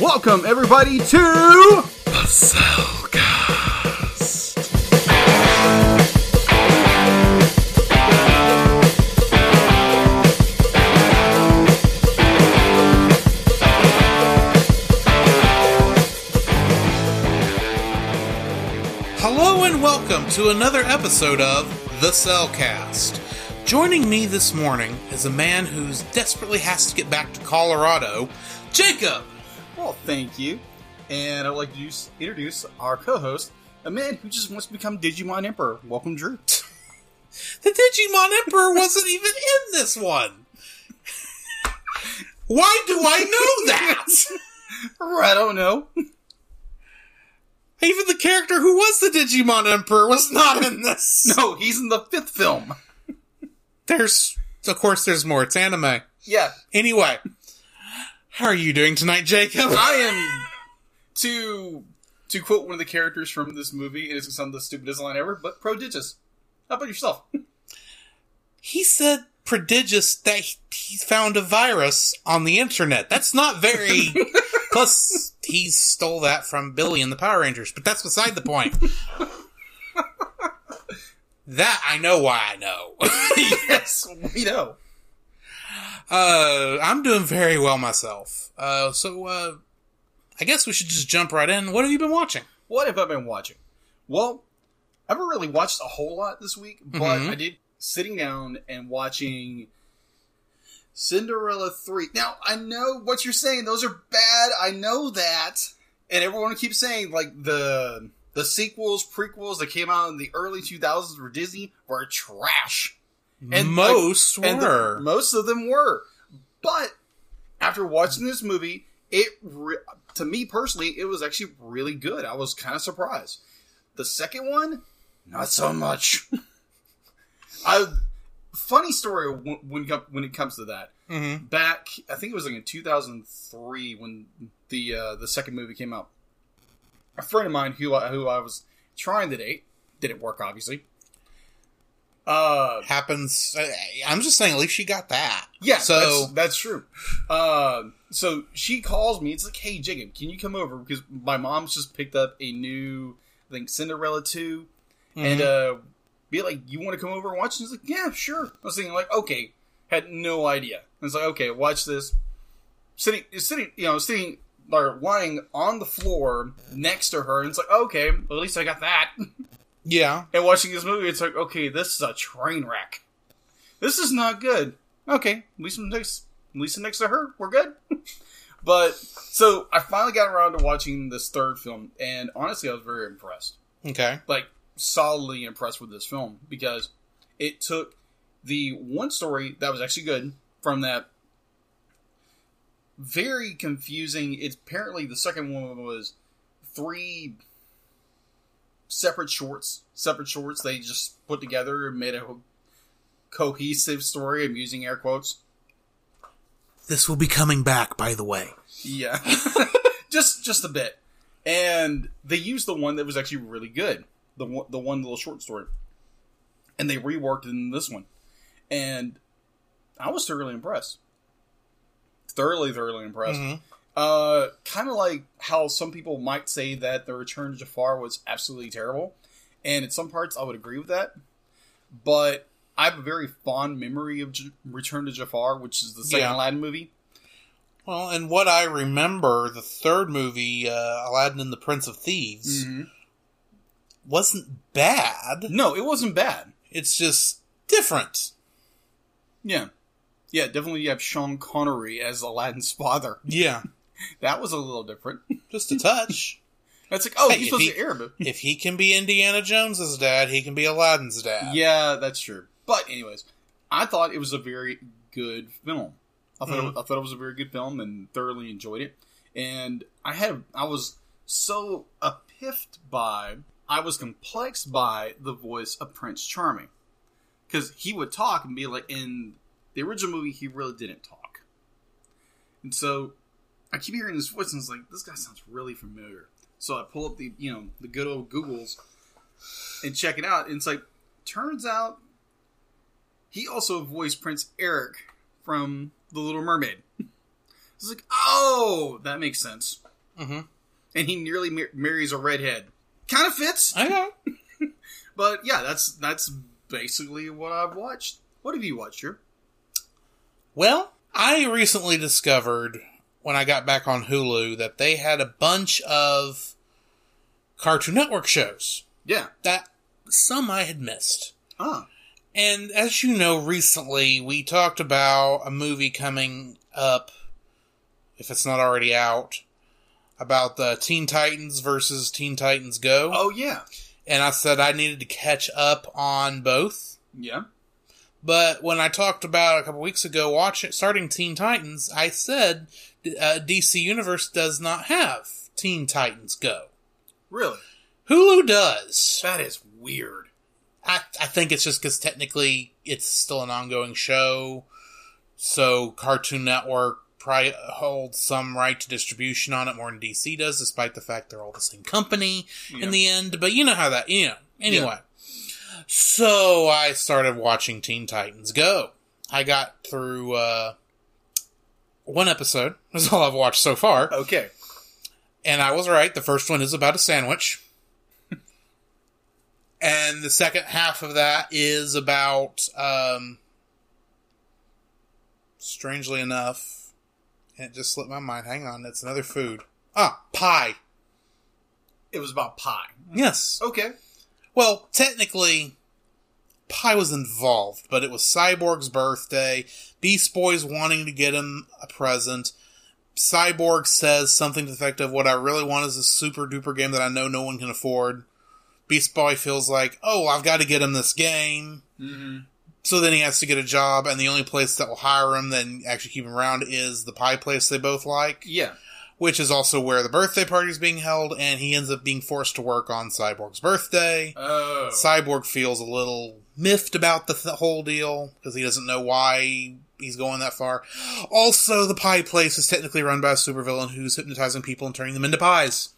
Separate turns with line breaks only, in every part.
Welcome, everybody, to.
Hello and welcome to another episode of The Cellcast. Joining me this morning is a man who desperately has to get back to Colorado, Jacob.
Well, thank you. And I'd like to use- introduce our co host, a man who just wants to become Digimon Emperor. Welcome, Drew.
The Digimon Emperor wasn't even in this one. Why do I know that?
I don't know.
Even the character who was the Digimon Emperor was not in this.
No, he's in the fifth film.
There's, of course, there's more. It's anime.
Yeah,
Anyway, how are you doing tonight, Jacob?
I am. To to quote one of the characters from this movie, it is some of the stupidest line ever, but prodigious. How about yourself?
He said prodigious that he- he found a virus on the internet. That's not very. Plus, he stole that from Billy and the Power Rangers, but that's beside the point. that I know why I know.
yes, we know.
uh, I'm doing very well myself. Uh, so, uh, I guess we should just jump right in. What have you been watching?
What have I been watching? Well, I haven't really watched a whole lot this week, but
Mhm.
I did sitting down and watching Cinderella 3. Now, I know what you're saying. Those are bad. I know that. And everyone keeps saying, like, the the sequels, prequels that came out in the early 2000s were Disney were trash. And,
most
And the-
were.
most of them were. But after watching this movie, it re- to me personally, it was actually really good. I was kind of surprised. The second one, not so much. I funny story when when com- when it comes to that.
Mhm.
Back, I think it was like in 2003 when the uh, the second movie came out. A friend of mine who I, who I was trying to date didn't work, obviously. Uh,
Happens. I- I'm just saying, at least she got that.
yeah,
So-
that's, that's true. Um, so she calls me. It's like, hey, Jacob, can you come over? Because my mom's just picked up a new, I think, Cinderella 2. And
Mm-hmm.
uh, be like, you want to come over and watch? And he's like, yeah, sure. I was thinking, like, okay. Had no idea. I was like, okay, watch this. Sitting, sitting, you know, sitting, or lying on the floor next to her. And it's like, okay, well, at least I got that.
Yeah.
and watching this movie, it's like, okay, this is a train wreck. This is not good. Okay, Lisa next, Lisa next to her, we're good. but so I finally got around to watching this third film, and honestly, I was very impressed.
Okay.
Like solidly impressed with this film because it took the one story that was actually good from that very confusing. It's apparently the second one was three separate shorts, separate shorts they just put together and made a cohesive story. I'm using air quotes.
This will be coming back, by the way.
Yeah, just just a bit. And they used the one that was actually really good, the one, the one little short story, and they reworked it in this one. And I was thoroughly impressed, thoroughly, thoroughly impressed.
Mhm.
Uh, kind of like how some people might say that the Return of Jafar was absolutely terrible, and in some parts I would agree with that. But I have a very fond memory of J- Return to Jafar, which is the second
Yeah.
Aladdin movie.
Well, and what I remember, the third movie, uh, Aladdin and the Prince of Thieves, wasn't bad.
No, it wasn't bad.
It's just different.
Yeah. Yeah, definitely you have Sean Connery as Aladdin's father.
Yeah,
That was a little different.
just a touch.
That's like, oh,
Hey,
he's
if
supposed
he-
to air, but
if he can be Indiana Jones's dad, he can be Aladdin's dad.
yeah, that's true. But anyways, I thought it was a very good film. I thought, it, I thought it was a very good film and thoroughly enjoyed it. And I had I was so upiffed by I was complexed by the voice of Prince Charming because he would talk and be like in the original movie he really didn't talk, and so I keep hearing his voice and it's like this guy sounds really familiar. So I pull up the you know the good old Google's and check it out. And it's like turns out he also voiced Prince Eric from The Little Mermaid. It's like, oh, that makes sense.
Mm-hmm.
and he nearly mar- marries a redhead. Kind of fits,
I know.
but yeah, that's that's basically what I've watched. What have you watched, Jer?
Well, I recently discovered when I got back on Hulu that they had a bunch of Cartoon Network shows
Yeah.
that some I had missed.
Ah.
And as you know, recently we talked about a movie coming up, if it's not already out, about the Teen Titans versus Teen Titans Go.
Oh yeah.
And I said I needed to catch up on both.
Yeah.
But when I talked about a couple weeks ago watching starting Teen Titans, I said uh, DC Universe does not have Teen Titans Go.
Really?
Hulu does.
That is weird.
I, I think it's just because technically it's still an ongoing show, so Cartoon Network probably holds some right to distribution on it more than DC does, despite the fact they're all the same company
Yeah.
in the end. But you know how that, you know. Anyway, so I started watching Teen Titans Go. I got through uh, one episode. That's all I've watched so far.
Okay.
And I was right. The first one is about a sandwich. and the second half of that is about, um, strangely enough, it just slipped my mind. Hang on, it's another food. Ah, pie.
It was about pie.
Yes.
Okay.
Well, technically, pie was involved, but it was Cyborg's birthday. Beast Boy's wanting to get him a present. Cyborg says something to the effect of, What I really want is a super duper game that I know no one can afford. Beast Boy feels like, Oh, I've got to get him this game.
Mm-hmm.
So then he has to get a job, and the only place that will hire him and actually keep him around is the pie place they both like,
Yeah.
which is also where the birthday party is being held, and he ends up being forced to work on Cyborg's birthday.
Oh.
Cyborg feels a little miffed about the th- whole deal because he doesn't know why he's going that far. Also, the pie place is technically run by a supervillain who's hypnotizing people and turning them into pies.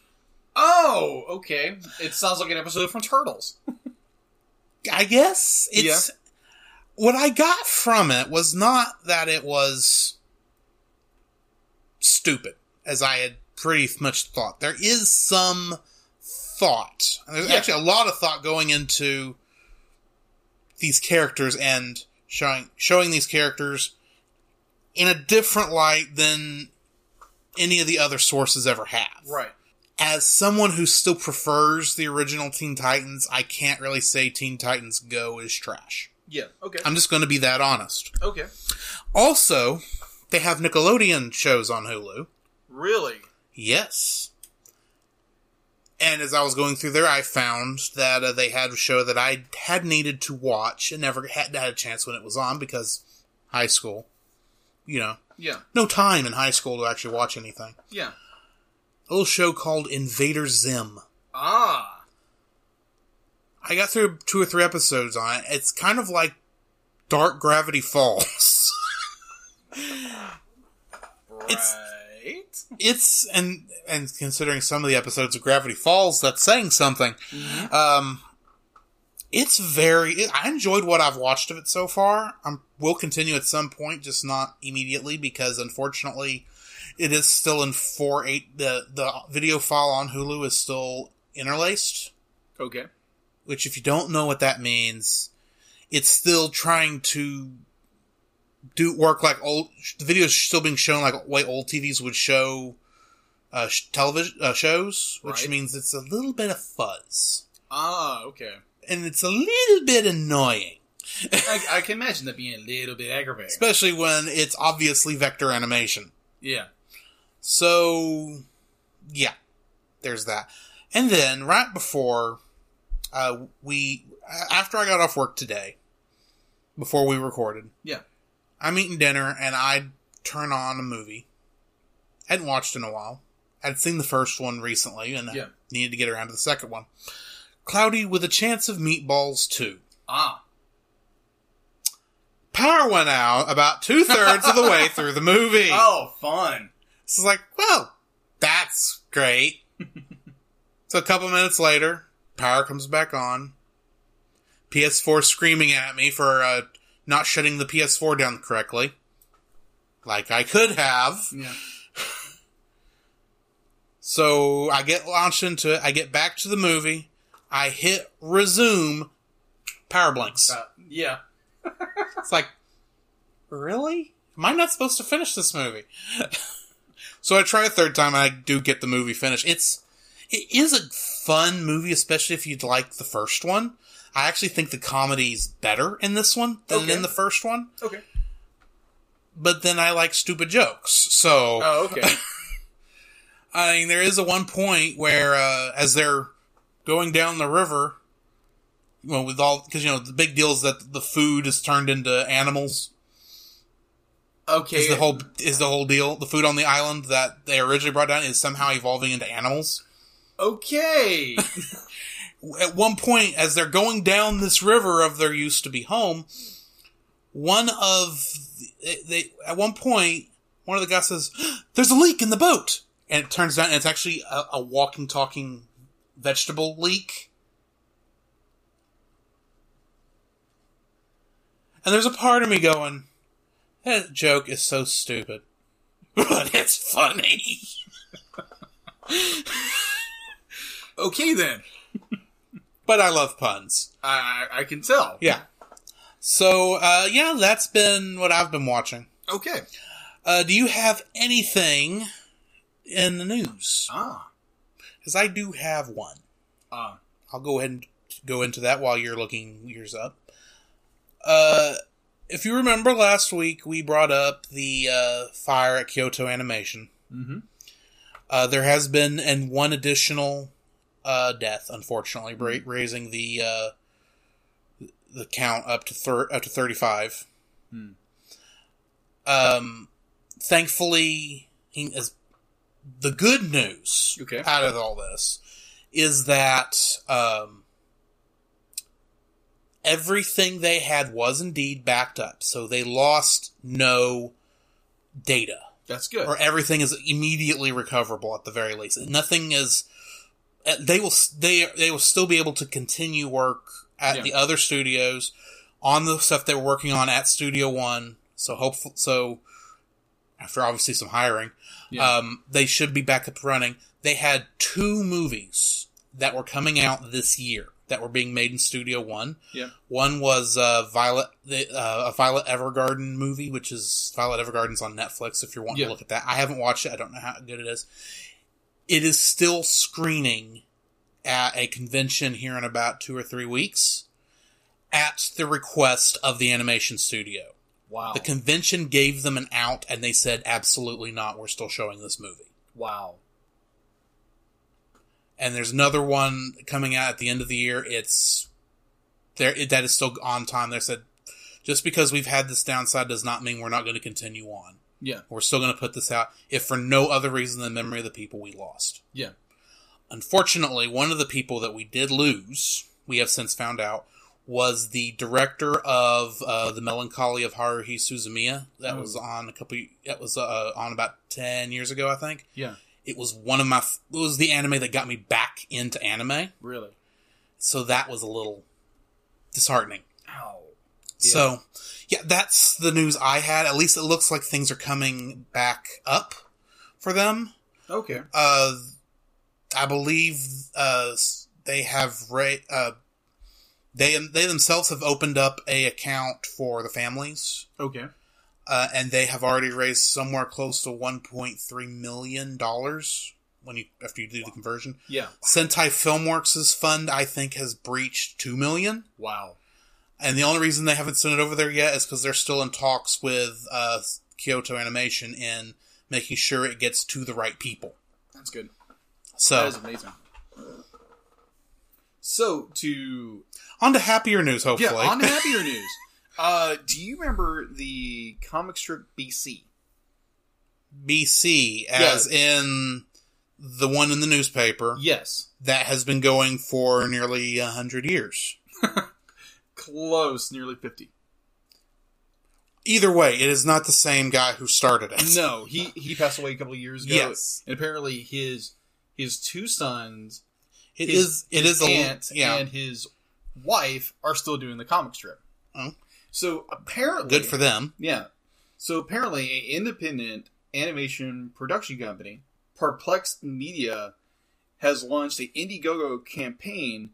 oh. Okay. It sounds like an episode from Turtles.
I guess it's what I got from it was not that it was stupid as I had pretty much thought. There is some thought. And there's
Yeah.
actually a lot of thought going into these characters and showing showing these characters in a different light than any of the other sources ever have
Right.
as someone who still prefers the original Teen Titans, I can't really say Teen Titans Go is trash.
Yeah. Okay.
I'm just going to be that honest.
okay.
Also, they have Nickelodeon shows on Hulu.
Really?
Yes. And as I was going through there, I found that uh, they had a show that I had needed to watch and never had, had a chance when it was on because high school, you know,
Yeah.
no time in high school to actually watch anything.
Yeah.
A little show called Invader Zim.
Ah.
I got through two or three episodes on it. It's kind of like Dark Gravity Falls. It's-
Right.
it's and and considering some of the episodes of Gravity Falls, that's saying something.
Mhm.
Um, it's very. It, I enjoyed what I've watched of it so far. I will continue at some point, just not immediately because unfortunately, it is still in four eight. The the video file on Hulu is still interlaced.
Okay.
which if you don't know what that means, it's still trying to do work like old the videos still being shown like way old TVs would show uh, sh- television uh, shows, which
Right.
means it's a little bit of fuzz
Ah. Okay.
and it's a little bit annoying,
I, I can imagine that being a little bit aggravating.
especially when it's obviously vector animation.
yeah.
So, yeah, there's that. And then right before uh, we, after I got off work today, before we recorded,
Yeah.
I'm eating dinner and I turn on a movie. Hadn't watched in a while. I'd seen the first one recently and
Yeah.
needed to get around to the second one. Cloudy with a Chance of Meatballs 2.
Ah.
Power went out about two thirds of the way through the movie.
Oh, fun.
So it's like, well, that's great. so a couple minutes later, power comes back on. PS4 screaming at me for uh, not shutting the PS4 down correctly. Like I could have.
Yeah.
So I get launched into it. I get back to the movie. I hit resume. Power blanks.
Uh, yeah.
It's like, really? Am I not supposed to finish this movie? so I try a third time, and I do get the movie finished. It's it is a fun movie, especially if you'd like the first one. I actually think the comedy's better in this one than
Okay.
in the first one.
Okay.
But then I like stupid jokes, so
Oh, okay.
I mean, there is a one point where, uh, as they're going down the river, well, with all, because, you know, the big deal is that the food is turned into animals.
Okay.
Is the whole, is the whole deal. The food on the island that they originally brought down is somehow evolving into animals.
okay.
At one point, as they're going down this river of their used to be home, one of, they, they at one point, one of the guys says, there's a leak in the boat. And it turns out and it's actually a, a walking, talking vegetable leak. And there's a part of me going, that joke is so stupid, but it's funny.
okay then.
But I love puns.
I I I can tell.
Yeah. So, uh, yeah, that's been what I've been watching.
Okay.
Uh, do you have anything in the news?
Ah.
Because I do have one.
Ah.
I'll go ahead and go into that while you're looking yours up. Uh, if you remember last week, we brought up the uh, fire at Kyoto Animation.
mm-hmm.
Uh, there has been and one additional uh, death, unfortunately, ra-
Mm-hmm.
raising the uh, the count up to thir- up to thirty five.
Hmm.
Um, thankfully, he- as- the good news
Okay.
out of all this is that um, everything they had was indeed backed up, so they lost no data
That's good.
or everything is immediately recoverable at the very least. Nothing is. uh, They will s- they they will still be able to continue work at
Yeah.
the other studios on the stuff they were working on at Studio One. So hopeful. So after obviously some hiring,
Yeah.
um, they should be back up running. They had two movies that were coming out this year that were being made in Studio One.
Yeah.
One was uh, Violet, the, uh, a Violet Evergarden movie, which is Violet Evergarden's on Netflix. If you're wanting
Yeah.
to look at that, I haven't watched it. I don't know how good it is. It is still screening at a convention here in about two or three weeks, at the request of the animation studio.
Wow.
The convention gave them an out, and they said, "Absolutely not. We're still showing this movie."
wow.
and there's another one coming out at the end of the year. It's there it, that is still on time. They said just because we've had this downside does not mean we're not going to continue on.
Yeah.
We're still going to put this out if for no other reason than memory of the people we lost.
Yeah.
Unfortunately, one of the people that we did lose, we have since found out, was the director of uh, the Melancholy of Haruhi Suzumiya. That
Oh.
was on a couple. That was uh, on about ten years ago, I think
Yeah.
it was one of my f- it was the anime that got me back into anime
Really.
so that was a little disheartening
Ow.
so yeah that's the news i had at least it looks like things are coming back up for them
Okay.
uh i believe uh s- they have ra- uh they they themselves have opened up a account for the families
Okay.
uh, and they have already raised somewhere close to 1.3 million dollars when you after you do the conversion
Yeah.
Sentai Filmworks' fund, I think, has breached two million,
Wow.
and the only reason they haven't sent it over there yet is because they're still in talks with uh, Kyoto Animation and making sure it gets to the right people.
That's good. That
So,
is amazing. So to
on to happier news, hopefully.
yeah, on to happier news. Uh, do you remember the comic strip BC?
BC, as in the one in the newspaper
Yes,
that has been going for nearly a hundred years.
close, nearly fifty.
Either way, it is not the same guy who started it.
No, he he passed away a couple of years ago.
Yes.
and apparently his his two sons,
it
his
is. It is a
aunt,
yeah.
and his wife are still doing the comic strip.
Oh.
So apparently,
good for them.
Yeah. So apparently, an independent animation production company Perplexed Media has launched a Indiegogo campaign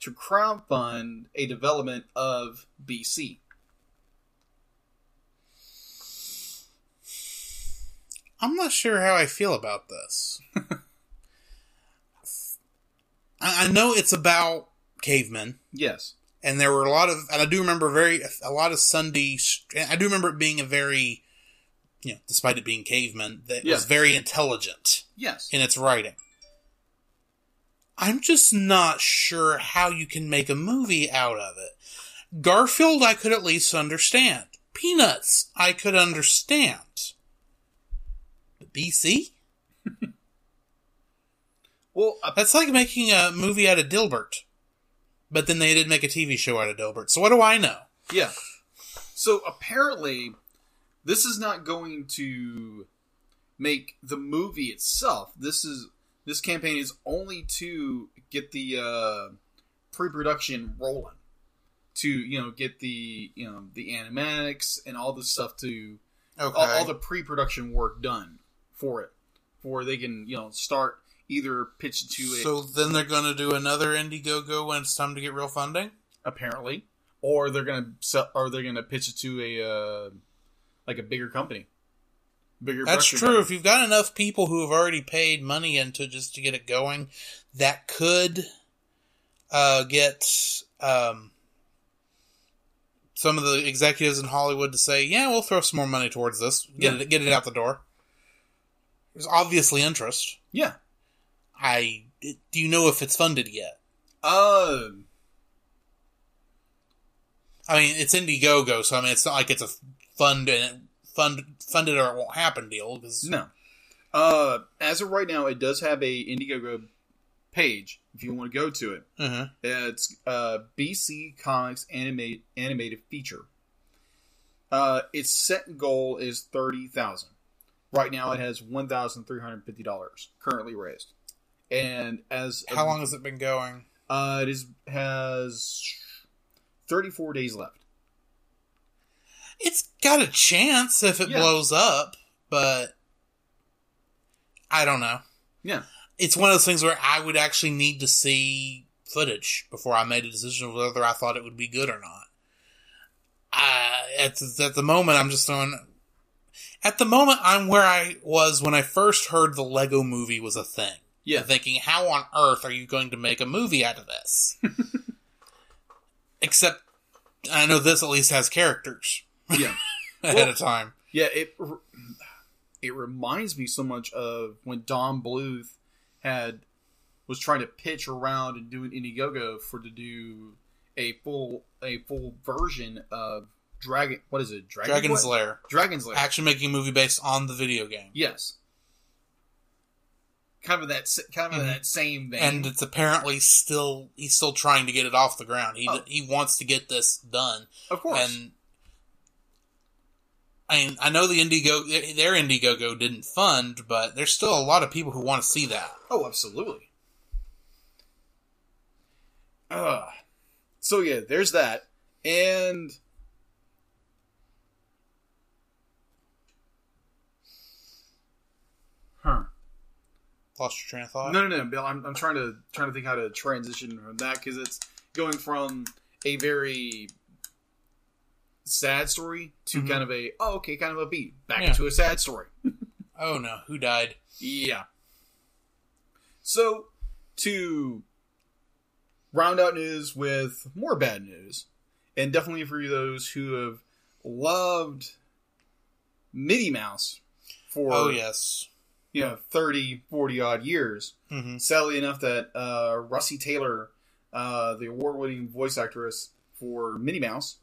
to crowdfund a development of BC.
I'm not sure how I feel about this. I, I know it's about cavemen,
Yes.
and there were a lot of, and I do remember very a lot of Sunday. sh- I do remember it being a very, you know, despite it being cavemen, that
Yeah.
was very intelligent
Yes.
in its writing. I'm just not sure how you can make a movie out of it. Garfield, I could at least understand. Peanuts, I could understand. But BC?
Well, uh,
That's like making a movie out of Dilbert. But then they did make a TV show out of Dilbert. So what do I know?
yeah. So apparently, this is not going to make the movie itself. This is this campaign is only to get the uh, pre-production rolling, to you know get the you know the animatics and all this stuff to
Okay.
all, all the pre-production work done for it, for they can you know start either pitch to it
so then they're going to do another Indiegogo when it's time to get real funding?
apparently, or they're gonna sell, or they're gonna pitch it to a uh, like a bigger company. Bigger.
That's
production
true. If
company.
you've got enough people who have already paid money into just to get it going, that could uh, get um, some of the executives in Hollywood to say, "Yeah, we'll throw some more money towards this. Get
Yeah.
it, get it out the door." There's obviously interest.
Yeah.
I do you know if it's funded yet?
Uh,
I mean, it's Indiegogo, so I mean, it's not like it's a fund and fund funded or it won't happen deal. 'cause-
no. Uh, as of right now, it does have a Indiegogo page. If you want to go to it,
Mhm.
it's uh, BC Comics animate animated feature. Uh, its set goal is thirty thousand. Right now, it has one thousand three hundred fifty dollars currently raised, and as of-
how long has it been going?
Uh, it is has thirty four days left.
It's got a chance if it
Yeah.
blows up, but I don't know.
Yeah.
It's one of those things where I would actually need to see footage before I made a decision of whether I thought it would be good or not. Uh, at, the, at the moment, I'm just throwing. At the moment, I'm where I was when I first heard the Lego movie was a thing.
Yeah.
Thinking, how on earth are you going to make a movie out of this? Except, I know this at least has characters
Yeah,
ahead
Well-
of time.
yeah. It re- it reminds me so much of when Don Bluth had was trying to pitch around and do an Indiegogo for to do a full a full version of Dragon. What is it? Dragon
Dragon's
what?
Lair.
Dragon's Lair.
Action making a movie based on the video game.
yes. Kind of that. s- Kind of
Mhm.
that same vein.
And it's apparently still he's still trying to get it off the ground. He
Oh.
he wants to get this done.
of course.
And I mean, I know the Indigo their Indiegogo didn't fund, but there's still a lot of people who want to see that.
Oh, absolutely. Uh, so yeah, there's that, and huh?
Lost your train of
No,
thought.
no, no, Bill. I'm, I'm trying to trying to think how to transition from that because it's going from a very sad story to
Mhm.
kind of a oh okay kind of a beat back
Yeah.
to a sad story.
Oh no, who died?
Yeah. So, to round out news with more bad news, and definitely for those who have loved Minnie Mouse for,
Oh yes.
you know, 30, 40 odd years,
hmm
sadly enough that uh, Russi Taylor, uh, the award-winning voice actress for Minnie Mouse,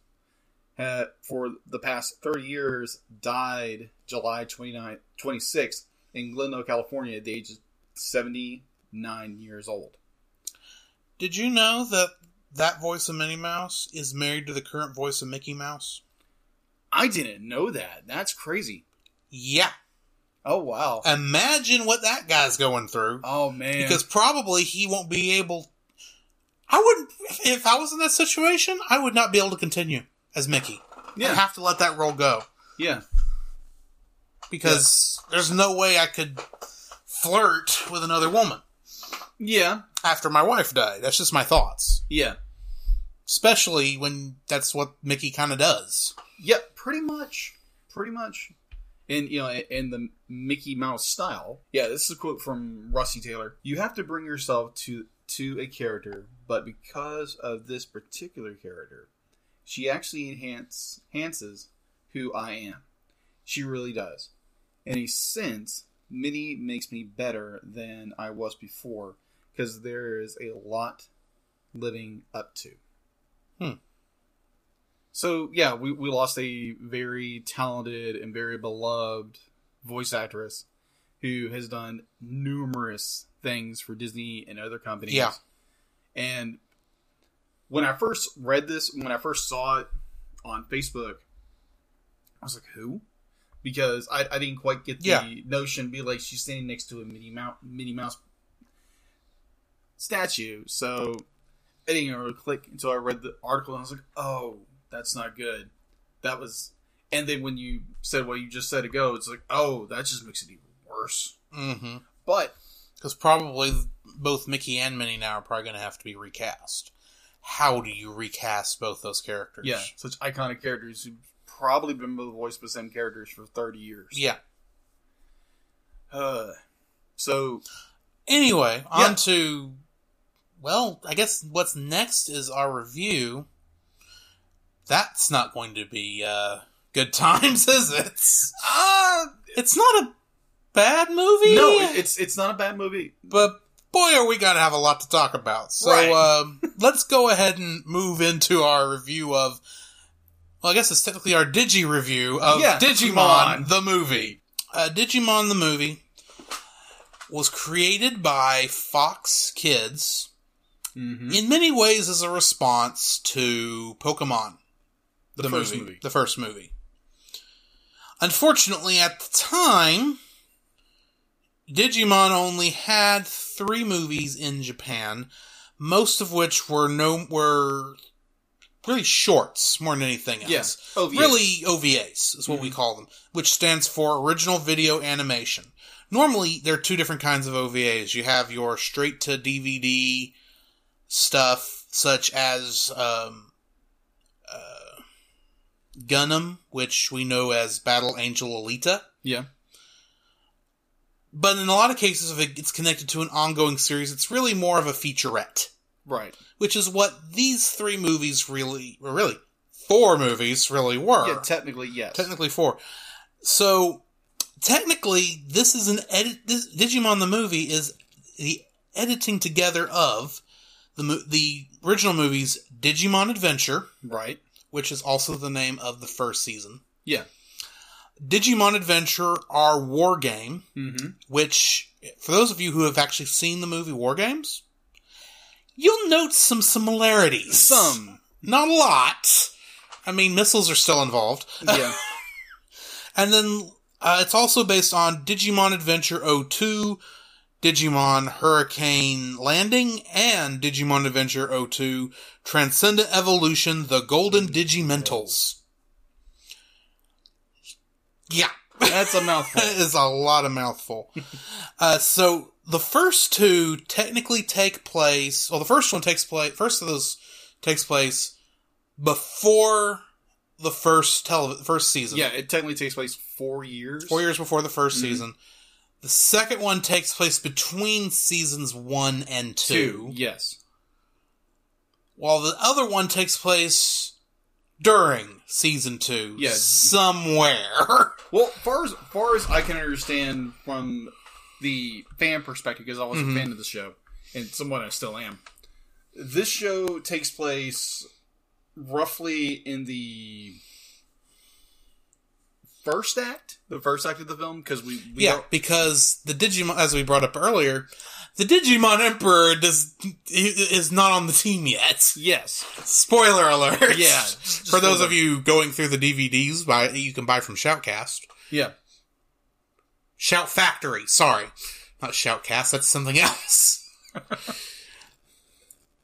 had, for the past 30 years, died July 29, 26th in Glendale, California, at the age of 79 years old.
Did you know that that voice of Minnie Mouse is married to the current voice of Mickey Mouse?
I didn't know that. That's crazy.
Yeah.
Oh, wow.
Imagine what that guy's going through.
Oh, man.
Uh, Because probably he won't be able. I wouldn't. If I was in that situation, I would not be able to continue as Mickey.
yeah,
I'd have to let that role go
yeah,
because there's no way I could flirt with another woman
Yeah,
after my wife died. That's just my thoughts.
yeah,
Especially when that's what Mickey kind of does.
yep. Pretty much, pretty much. And you know, in the Mickey Mouse style. Yeah, this is a quote from Rusty Taylor. You have to bring yourself to to a character, but because of this particular character, she actually enhance, enhances who I am. She really does. In a sense, Minnie makes me better than I was before because there is a lot living up to.
Hmm.
So, yeah, we, we lost a very talented and very beloved voice actress who has done numerous things for Disney and other companies.
Yeah.
And when I first read this, when I first saw it on Facebook, I was like, who? Because I, I didn't quite get the
Yeah.
notion. Be like, she's standing next to a Minnie Mouse, Minnie Mouse statue. So it didn't really click until I read the article and I was like, oh, that's not good. That was. And then when you said what you just said ago, it's like, oh, that just makes it even worse.
Mm-hmm.
But
Because probably both Mickey and Minnie now are probably going to have to be recast. How do you recast both those characters?
yeah, such iconic characters who've probably been voiced by the same characters for 30 years.
Yeah.
Uh, so,
Anyway,
Yeah.
on to well, I guess what's next is our review. That's not going to be uh, good times, is it?
uh,
It's not a bad movie.
no, it- it's it's not a bad movie.
but boy, are we gonna have a lot to talk about. So
Right.
um, let's go ahead and move into our review of. Well, I guess it's technically our digi review of
Yeah, come on.
Digimon the movie. Uh, Digimon the movie was created by Fox Kids
Mm-hmm.
in many ways as a response to Pokemon,
The first movie.
the first movie. Unfortunately, at the time, Digimon only had three movies in Japan, most of which were no were really shorts more than anything else.
Yes. Oh, yeah.
Really OVAs is what
Mm-hmm.
we call them, which stands for original video animation. Normally there are two different kinds of OVAs. You have your straight to DVD stuff such as um, uh, Gundam, which we know as Battle Angel Alita.
Yeah.
But in a lot of cases, if it- it's connected to an ongoing series, it's really more of a featurette,
Right.
which is what these three movies really, or really four movies really were.
Yeah, technically, yes.
technically four. So technically, this is an edit. This Digimon the movie is the editing together of the mo- the original movies Digimon Adventure,
right.
which is also the name of the first season.
Yeah.
Digimon Adventure, our war game,
Mm-hmm.
which for those of you who have actually seen the movie War Games, you'll note some similarities.
Some.
not a lot. I mean, missiles are still involved.
Yeah.
And then uh, it's also based on Digimon Adventure 02, Digimon Hurricane Landing, and Digimon Adventure 02 Transcendent Evolution The Golden Digimentals. Yeah,
That's a mouthful.
that is a lot of mouthful. uh, so the first two technically take place. Well, the first one takes place. First of those takes place before the first tele- first season.
yeah, it technically takes place four years.
Four years before the 1st
Mhm.
season. The second one takes place between seasons one and
Two.
two,
Yes.
while the other one takes place during season two.
Yeah.
Somewhere.
Well, far as far as I can understand from the fan perspective, because I was
Mhm.
a fan of the show, and somewhat I still am. This show takes place roughly in the first act, the first act of the film, because we, we
yeah,
don't-
because the Digimon, as we brought up earlier, the Digimon Emperor does is not on the team yet.
yes,
Spoiler alert!
yeah. just-
for
just
those
a-
of you going through the DVDs, by you can buy from Shoutcast.
yeah,
Shout Factory. Sorry. Not Shoutcast. That's something else.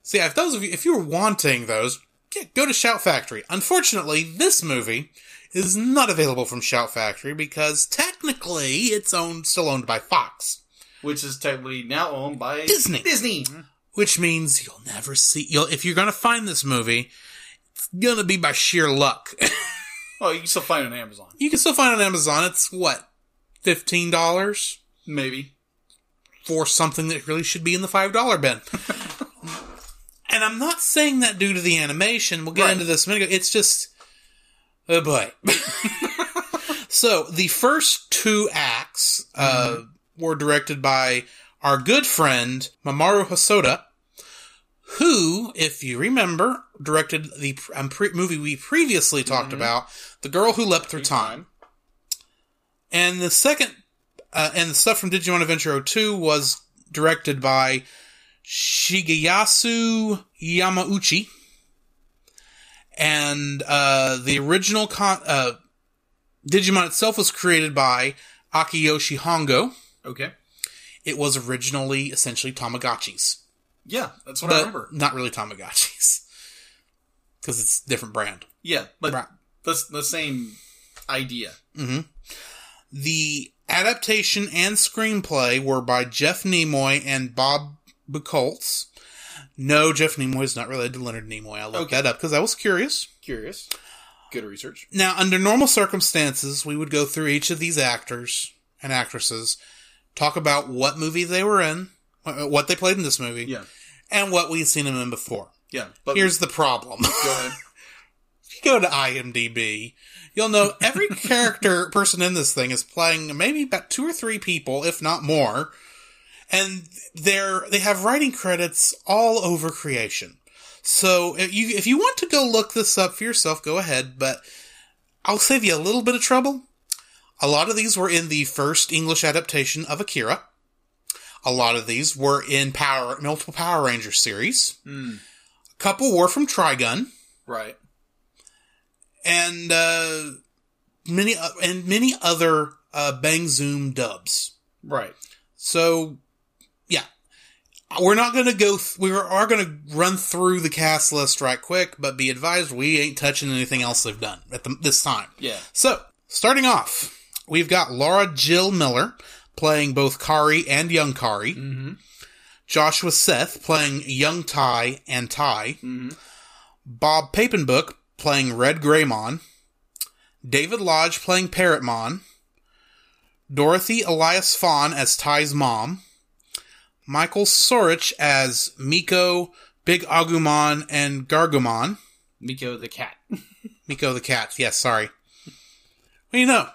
so yeah, if those of you, if you're wanting those, yeah, go to Shout Factory. Unfortunately, this movie is not available from Shout Factory because technically it's owned, still owned by Fox.
which is technically now owned by
Disney.
Disney.
which means you'll never see. You'll if you're gonna find this movie, it's gonna be by sheer luck.
Oh, you can still find it on Amazon,
you can still find it on Amazon. It's what fifteen dollars
maybe.
for something that really should be in the five dollar bin. and I'm not saying that due to the animation. We'll get
Right.
into this in a minute. It's just, oh boy. so the first two acts uh, were directed by our good friend Mamoru Hosoda, who, if you remember, directed the pr- um, pre- movie we previously talked about, "The Girl Who Leapt Mm-hmm. Through Time." And the second, uh, and the stuff from Digimon Adventure 02 was directed by Shigeyasu Yamauchi. And uh, the original con- uh, Digimon itself was created by Akiyoshi Hongo.
Okay.
It was originally essentially Tamagotchis,
Yeah, that's what I
but
remember.
not really Tamagotchis because it's a different brand.
Yeah, but
Right.
that's the same idea.
The adaptation and screenplay were by Jeff Nimoy and Bob Buchholz. No, Jeff Nimoy is not related to Leonard Nimoy. I looked
Okay.
that up because I was curious.
Curious. Good research.
Now, under normal circumstances, we would go through each of these actors and actresses, talk about what movie they were in, wh- what they played in this movie,
Yeah,
and what we'd seen them in before.
yeah. But
Here's the problem.
go ahead.
if you go to IMDb, you'll know every character person in this thing is playing maybe about two or three people, if not more, and they're they have writing credits all over creation. So if you if you want to go look this up for yourself, go ahead. But I'll save you a little bit of trouble. A lot of these were in the first English adaptation of Akira. A lot of these were in Power multiple Power Ranger series.
Hmm.
A couple were from Trigun
Right.
and uh, many o- and many other uh, Bang Zoom dubs.
Right.
So, yeah, we're not going to go. Th- we are going to run through the cast list right quick, but be advised we ain't touching anything else they've done at the, this time.
Yeah.
So, starting off, we've got Laura Jill Miller playing both Kari and young Kari.
Mhm.
Joshua Seth playing young Ty and Ty.
Mhm.
Bob Papenbook playing Red Greymon. David Lodge playing Parrotmon. Dorothy Elias Fawn as Ty's mom. Michael Sorich as Miko, Big Agumon, and Gargumon.
Miko the cat.
Miko the cat. Yes, sorry. Well, you know,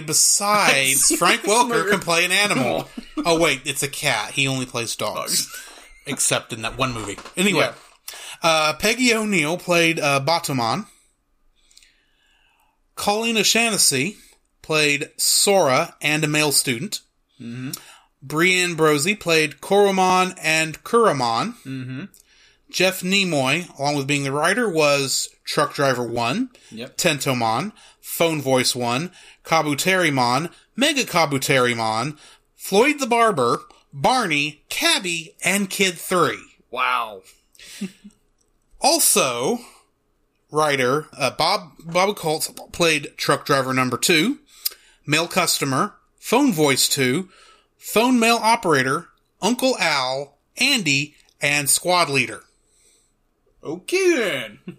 besides Frank Welker can play an animal. oh wait, it's a cat. He only plays dogs, except in that one movie. Anyway,
Yeah.
uh, Peggy O'Neill played uh, Batamon. Colleen O'Shaughnessy played Sora and a male student.
Mm-hmm.
Brienne Brosey played Koromon and Kuramon.
Mm-hmm.
Jeff Nimoy, along with being the writer, was Truck Driver 1,
Yep.
Tentomon, Phone Voice 1, Kabuterimon, Mega Kabuterimon, Floyd the Barber, Barney, Cabby, and Kid 3.
Wow.
Also, writer uh, Bob Bob Colts played Truck Driver Number 2, Mail Customer, Phone Voice 2, Phone Mail Operator, Uncle Al, Andy, and Squad Leader.
Okay then.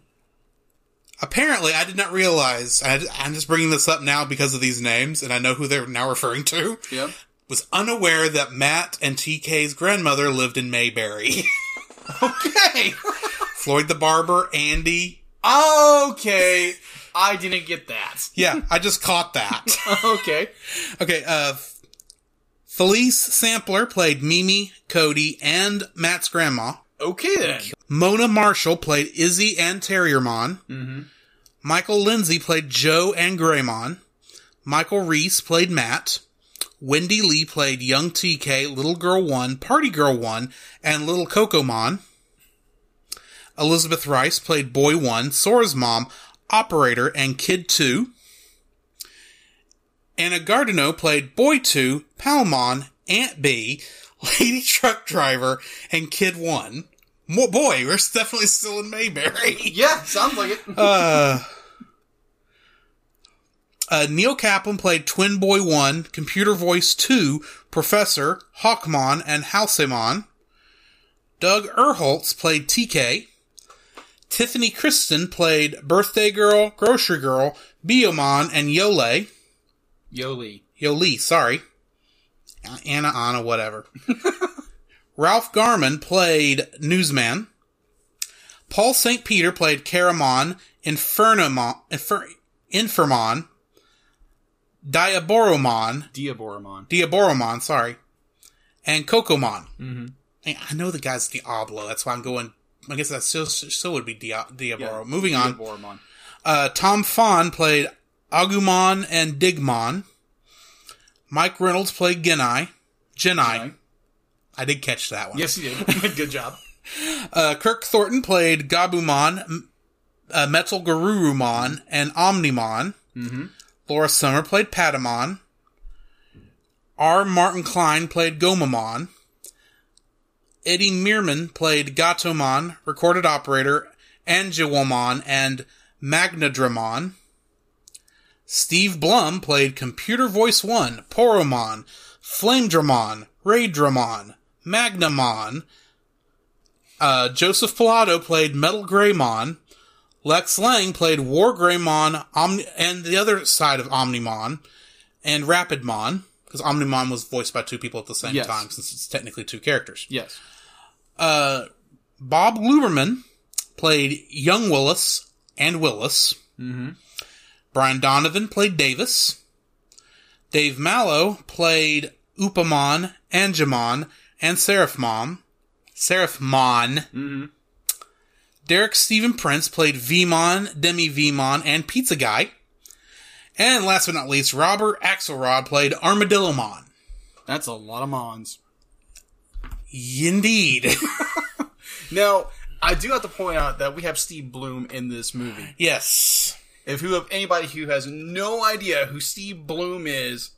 Apparently, I did not realize. I, I'm just bringing this up now because of these names, and I know who they're now referring to.
Yep.
Was unaware that Matt and TK's grandmother lived in Mayberry.
Okay.
Floyd the barber, Andy.
okay. I didn't get that.
Yeah, I just caught that.
Okay.
Okay, uh, Felice Sampler played Mimi, Cody, and Matt's grandma.
Okay then.
Mona Marshall played Izzy and Terriermon.
Mm-hmm.
Michael Lindsay played Joe and Greymon. Michael Reese played Matt. Wendy Lee played Young TK, Little Girl 1, Party Girl 1, and Little Cocomon. Elizabeth Rice played Boy 1, Sora's Mom, Operator, and Kid 2. Anna Gardino played Boy 2, Palmon, Aunt B, Lady Truck Driver, and Kid 1. Mo- Boy, we're definitely still in Mayberry.
Yeah, sounds like it.
Uh, Uh, Neil Kaplan played Twin Boy 1, Computer Voice 2, Professor, Hawkmon, and Halcymon. Doug Erholtz played TK. Tiffany Kristen played Birthday Girl, Grocery Girl, Biomon, and Yole.
Yoli.
Yoli, sorry. Anna, Anna, whatever. Ralph Garman played Newsman. Paul St. Peter played Caramon, Infernamon, Infer, Infermon, Diaboromon,
Diaboromon.
Diaboromon, sorry, and Cocomon.
Mm-hmm.
Hey, I know the guy's Diablo, that's why I'm going, I guess that still, still would be Dia- Diaboro.
Yeah,
Moving on.
Diaboromon.
Uh, Tom Fawn played Agumon and Digmon. Mike Reynolds played Genai. Genai.
Right.
I did catch that one.
Yes, you did. Good job.
Uh, Kirk Thornton played Gabumon, M- uh, Metal Garurumon, and Omnimon.
Mm-hmm.
Laura Summer played Patamon. R. Martin Klein played Gomamon. Eddie Meerman played Gatomon, Recorded Operator, Angiwomon, and Magnadramon. Steve Blum played Computer Voice 1, Poromon, Flamedramon, Raidramon, Magnamon. Uh, Joseph Pilato played Metal Greymon. Lex Lang played War Greymon Omni- and the other side of Omnimon and Rapidmon, because Omnimon was voiced by two people at the same
Yes.
time since it's technically two characters.
Yes.
Uh, Bob Luberman played Young Willis and Willis.
Mm-hmm.
Brian Donovan played Davis. Dave Mallow played Upamon, Angemon, and Seraphmon. Seraphmon.
Mm-hmm.
Derek Steven Prince played Vemon, Demi Vemon, and Pizza Guy. And last but not least, Robert Axelrod played Armadillomon.
That's a lot of mons.
Indeed.
Now, I do have to point out that we have Steve Bloom in this movie.
yes.
If you have anybody who has no idea who Steve Bloom is,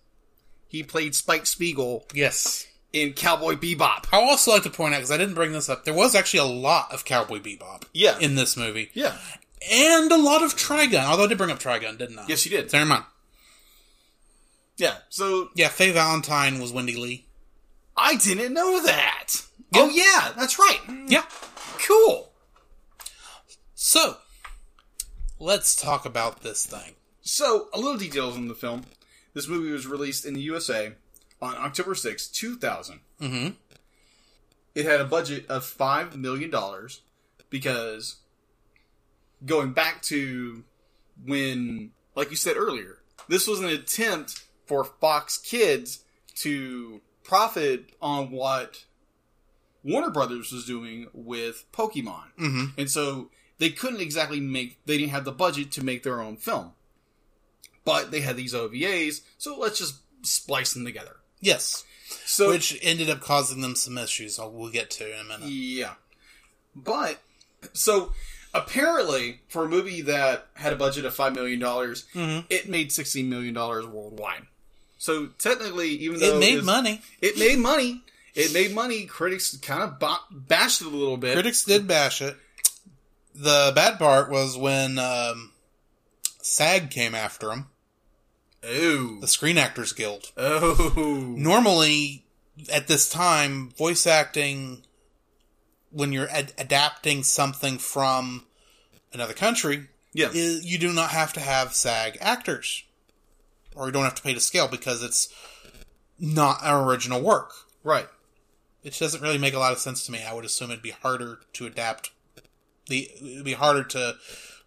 he played Spike Spiegel
Yes.
in Cowboy Bebop.
I also like to point out, because I didn't bring this up, there was actually a lot of Cowboy Bebop
Yeah.
in this movie.
yeah.
And a lot of Trigun, although I did bring up Trigun, didn't I?
Yes, you did.
So Never mind.
Yeah. So
Yeah, Faye Valentine was Wendy Lee.
I didn't know that. Oh yeah, that's right.
Yeah.
Cool.
So, let's talk about this thing.
So, a little details on the film. This movie was released in the USA on October sixth, two 2000.
Mm-hmm.
It had a budget of $5 million because going back to when, like you said earlier, this was an attempt for Fox Kids to profit on what Warner Brothers was doing with Pokemon.
Mm-hmm.
And so they couldn't exactly make, they didn't have the budget to make their own film. But they had these OVAs, so let's just splice them together.
Yes.
So,
which ended up causing them some issues. I'll, we'll get to in a minute.
yeah. But, so apparently, for a movie that had a budget of $5 million,
Mhm.
it made $16 million worldwide. So technically, even though
It made
it's-
money.
it made money, it made money. Critics kind of ba- bashed it a little bit.
Critics did bash it. The bad part was when um, SAG came after him,
oh,
the Screen Actors Guild.
oh,
Normally, at this time, voice acting, when you're ad- adapting something from another country,
yeah,
i you do not have to have SAG actors, or you don't have to pay to scale because it's not an original work.
right.
which doesn't really make a lot of sense to me. I would assume it'd be harder to adapt. The it'd be harder to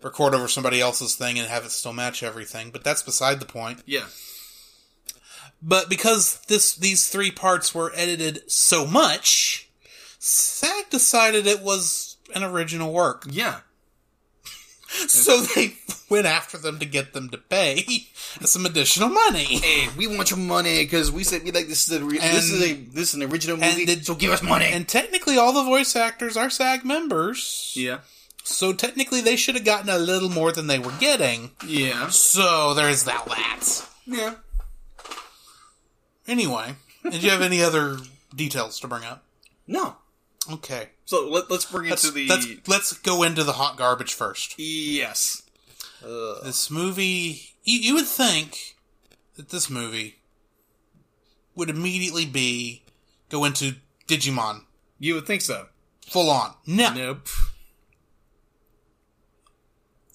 record over somebody else's thing and have it still match everything. But that's beside the point.
Yeah.
But because this these three parts were edited so much, SAG decided it was an original work,
Yeah.
so they went after them to get them to pay some additional money.
Hey, we want your money because we said we like this is a re- this
And-
is a this is an original
and
movie,
did-
so give us money.
And technically, all the voice actors are SAG members.
yeah,
So technically, they should have gotten a little more than they were getting.
yeah,
So there's that. That.
yeah.
Anyway, did you have any other details to bring up?
No,
Okay,
so let, let's bring it
let's
to the
let's, let's go into the hot garbage first.
yes.
This movie You, you would think that this movie would immediately be go into Digimon
You would think so.
full on. No,
Nope.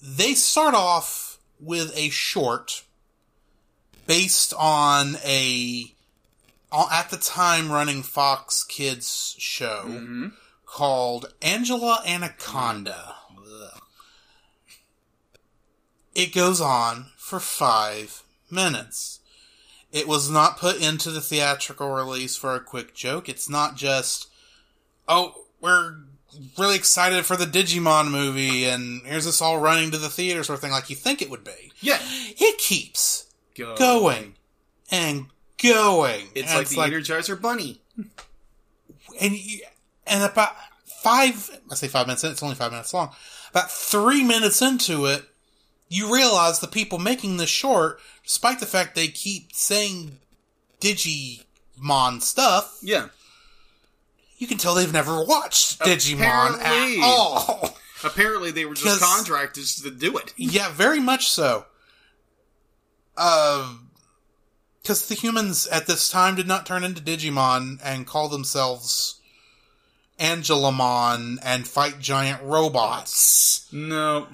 they start off with a short based on a on- at the time running Fox Kids show
Mhm.
called Angela Anaconda. It goes on for five minutes. It was not put into the theatrical release for a quick joke. It's not just, oh, we're really excited for the Digimon movie and here's us all running to the theater sort of thing like you think it would be.
Yeah.
It keeps
Go.
going and going.
Oh. It's
And
like the Energizer Bunny.
and you, and about five I say five minutes in, it's only five minutes long. About three minutes into it, you realize the people making this short, despite the fact they keep saying Digimon stuff,
Yeah.
you can tell they've never watched Digimon
Apparently.
at all.
Apparently, they were just
'Cause-
contractors to do it.
yeah, very much so. Um because the humans at this time did not turn into Digimon and call themselves Angelamon and fight giant robots.
No.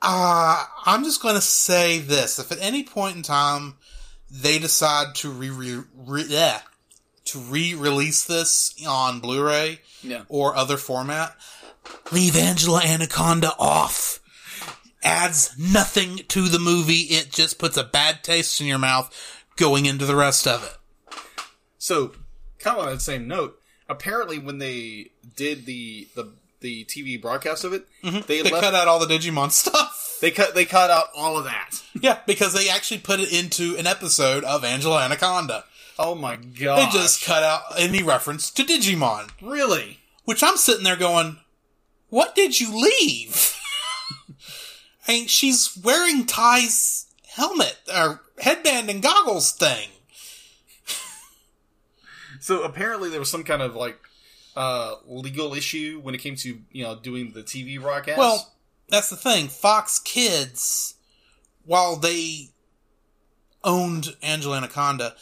Uh, I'm just going to say this. If at any point in time they decide to re, re, re eh, to re-release this on Blu-ray
Yeah.
or other format, leave Angela Anaconda off. Adds nothing to the movie. It just puts a bad taste in your mouth going into the rest of it.
So, kind of on that same note, apparently when they did the the, the TV broadcast of it, Mm-hmm. they,
They
left.
cut out all the Digimon stuff.
they cut. They cut out all of that.
yeah, because they actually put it into an episode of Angela Anaconda.
Oh my
They
god!
just cut out any reference to Digimon,
really.
which I'm sitting there going, "What did you leave?" I mean, she's wearing Ty's helmet or headband and goggles thing.
So apparently there was some kind of like uh legal issue when it came to you know doing the TV broadcast.
Well, that's the thing. Fox Kids, while they owned Angela Anaconda,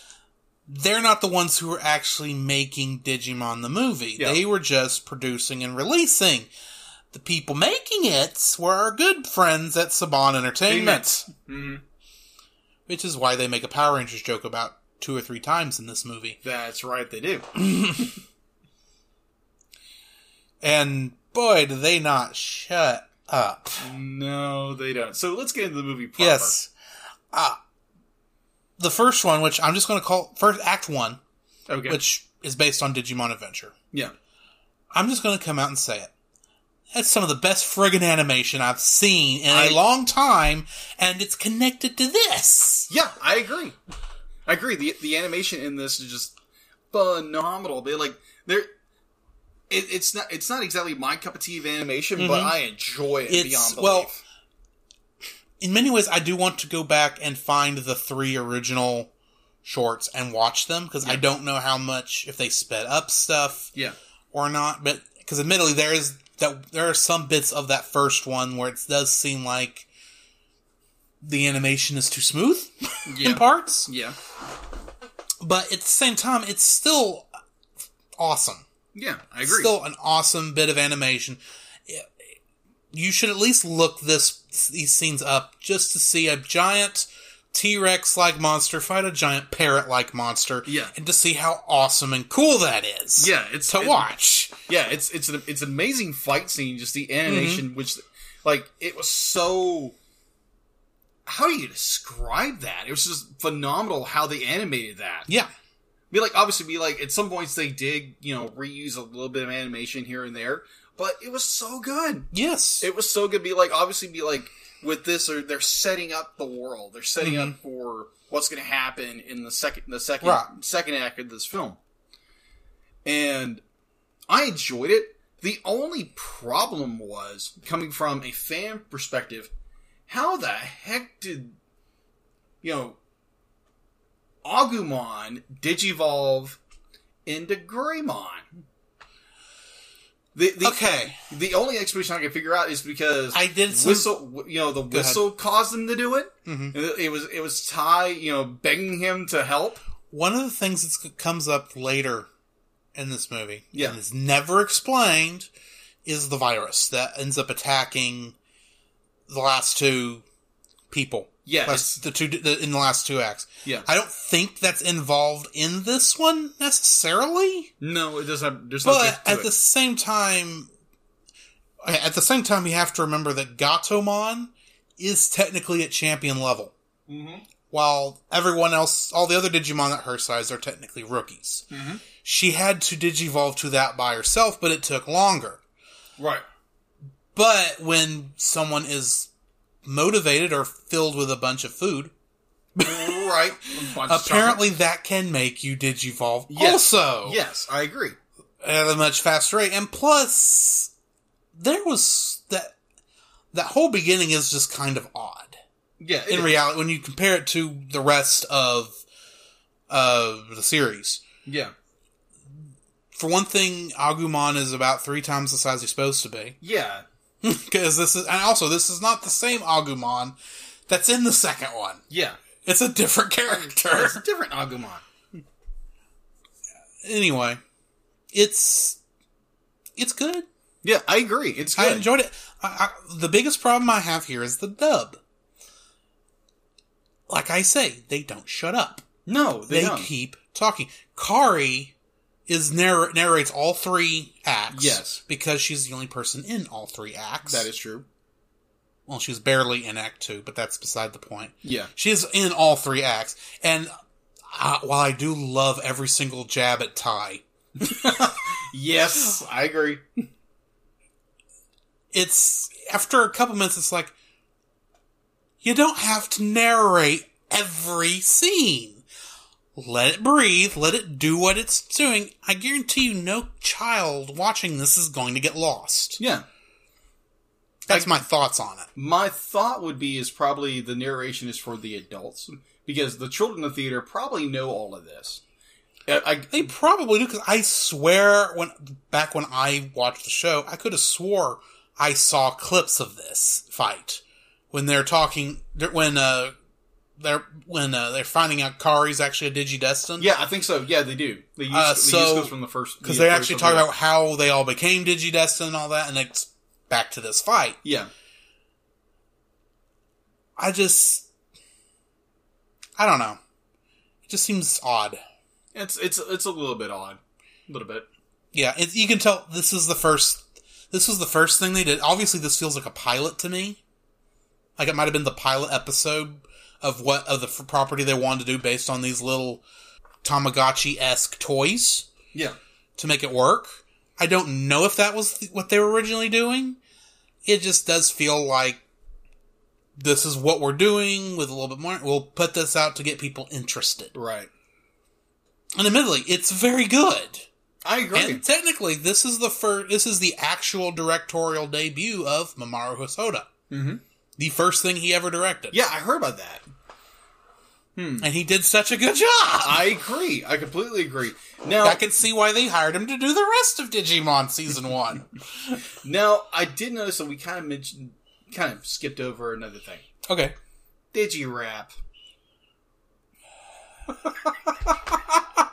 they're not the ones who were actually making Digimon the movie.
Yeah.
They were just producing and releasing. The people making it were our good friends at Saban Entertainment,
Mhm.
which is why they make a Power Rangers joke about two or three times in this movie.
that's right, they do.
And boy, do they not shut up.
No, they don't. So let's get into the movie proper.
Yes. Ah. The first one, which I'm just going to call first Act One,
Okay.
which is based on Digimon Adventure.
yeah.
I'm just going to come out and say it. That's some of the best friggin' animation I've seen in
I-
a long time, and it's connected to this.
Yeah, I agree. I agree. The the animation in this is just phenomenal. They like they're it, it's not it's not exactly my cup of tea of animation, but I enjoy it
Mm-hmm.
beyond
It's-
belief.
well, In many ways, I do want to go back and find the three original shorts and watch them because I don't know how much if they sped up stuff.
yeah.
or not, but because admittedly there is that there are some bits of that first one where it does seem like the animation is too smooth
Yeah.
in parts,
Yeah.
but at the same time it's still awesome.
Yeah, I
It's
agree.
Still an awesome bit of animation. You should at least look this these scenes up just to see a giant T Rex like monster fight a giant parrot like monster,
Yeah.
and to see how awesome and cool that is.
yeah, it's
to
it-
watch.
yeah, it's it's an it's an amazing fight scene. Just the animation, which like it was so. How do you describe that? It was just phenomenal how they animated that.
Yeah,
Be like, obviously, be like at some points they did you know reuse a little bit of animation here and there, but it was so good.
yes,
It was so good. Be like, obviously, be like with this, or they're setting up the world. They're setting up for what's going to happen in the second, the second,
Mm-hmm. Right.
second act of this film. And I enjoyed it. The only problem was coming from a fan perspective. How the heck did you know Agumon digivolve into Greymon? The, the,
Okay.
The only explanation I can figure out is because
I did some.
whistle, you know, the
ahead.
whistle caused him to do it.
Mhm.
It it was it was Ty, you know, begging him to help.
One of the things that comes up later in this movie,
Yeah.
and is never explained, is the virus that ends up attacking the last two people.
Yeah,
Last-
it's-
the two the, in the last two acts.
Yeah.
I don't think that's involved in this one necessarily,
No, it doesn't. Have, there's no
but
truth to
at
it.
the same time, at the same time, we have to remember that Gatomon is technically at champion level
Mhm.
while everyone else, all the other Digimon at her size are technically rookies.
Mhm.
She had to digivolve to that by herself, but it took longer.
right.
But when someone is motivated or filled with a bunch of food,
right. A bunch of
apparently that can make you digivolve
Yes.
also
chocolate. yes, I agree.
at a much faster rate. And plus, there was that that whole beginning is just kind of odd.
Yeah, it-
in reality when you compare it to the rest of of the series.
yeah,
For one thing, Agumon is about three times the size he's supposed to be
yeah.
because this is, and also this is not the same Agumon that's in the second one.
Yeah,
It's a different
it's a
character.
different Agumon.
anyway, it's it's good.
Yeah, I agree. It's
I enjoyed it. I, I, the biggest problem I have here is the dub. Like I say, they don't shut up.
no, they,
they
don't.
keep talking. Kari is narr- narrates all three acts.
Yes.
because she's the only person in all three acts.
that is true.
well, she's barely in Act Two, but that's beside the point.
Yeah,
She is in all three acts, and I, while I do love every single jab at Ty,
yes, I agree.
it's after a couple minutes, it's like you don't have to narrate every scene. Let it breathe. Let it do what it's doing. I guarantee you, no child watching this is going to get lost.
Yeah,
That's my thoughts on it.
my thought would be is probably the narration is for the adults because the children in the theater probably know all of this. Uh, I, I
They probably do because I swear, when back when I watched the show, I could have swore I saw clips of this fight when they're talking they're- when uh they're when uh, they're finding out Kari's actually a Digidestin.
yeah, I think so. Yeah, they do. They use,
Uh,
they use
so-
those from the first
because
the
they
first
actually
one.
talk about how they all became Digidestin and all that, and it's back to this fight.
yeah,
I just, I don't know. It just seems odd.
it's it's it's a little bit odd, a little bit.
Yeah, it, you can tell this is the first. This was the first thing they did. Obviously, this feels like a pilot to me. Like it might have been the pilot episode of what of the f- property they wanted to do based on these little Tamagotchi esque toys.
Yeah,
to make it work. I don't know if that was th- what they were originally doing. It just does feel like this is what we're doing with a little bit more. We'll put this out to get people interested.
right.
And admittedly, it's very good.
I agree.
And technically, this is the first, this is the actual directorial debut of Mamoru Hosoda.
Mhm.
The first thing he ever directed.
yeah, I heard about that.
And he did such a good job.
I agree. I completely agree. Now,
I can see why they hired him to do the rest of Digimon season one.
now I did notice that we kind of mentioned, kind of skipped over another thing.
okay.
Digi rap.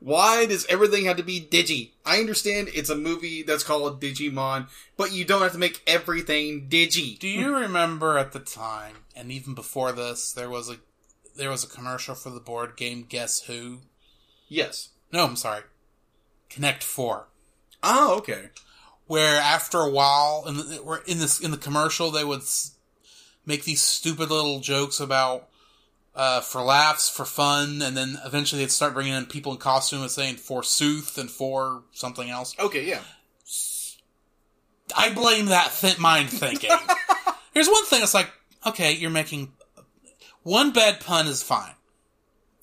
Why does everything have to be digi? I understand it's a movie that's called Digimon, but you don't have to make everything digi.
Do you remember at the time, and even before this, there was a there was a commercial for the board game Guess Who?
Yes.
No, I'm sorry, Connect Four,
Oh, okay. where
where after a while, in the, where in this in the commercial, they would s- make these stupid little jokes about uh, for laughs, for fun, and then eventually they'd start bringing in people in costume and saying "forsooth" and "for something else."
Okay, yeah.
I blame that th- mind thinking. Here's one thing. It's like, okay, you're making one bad pun is fine.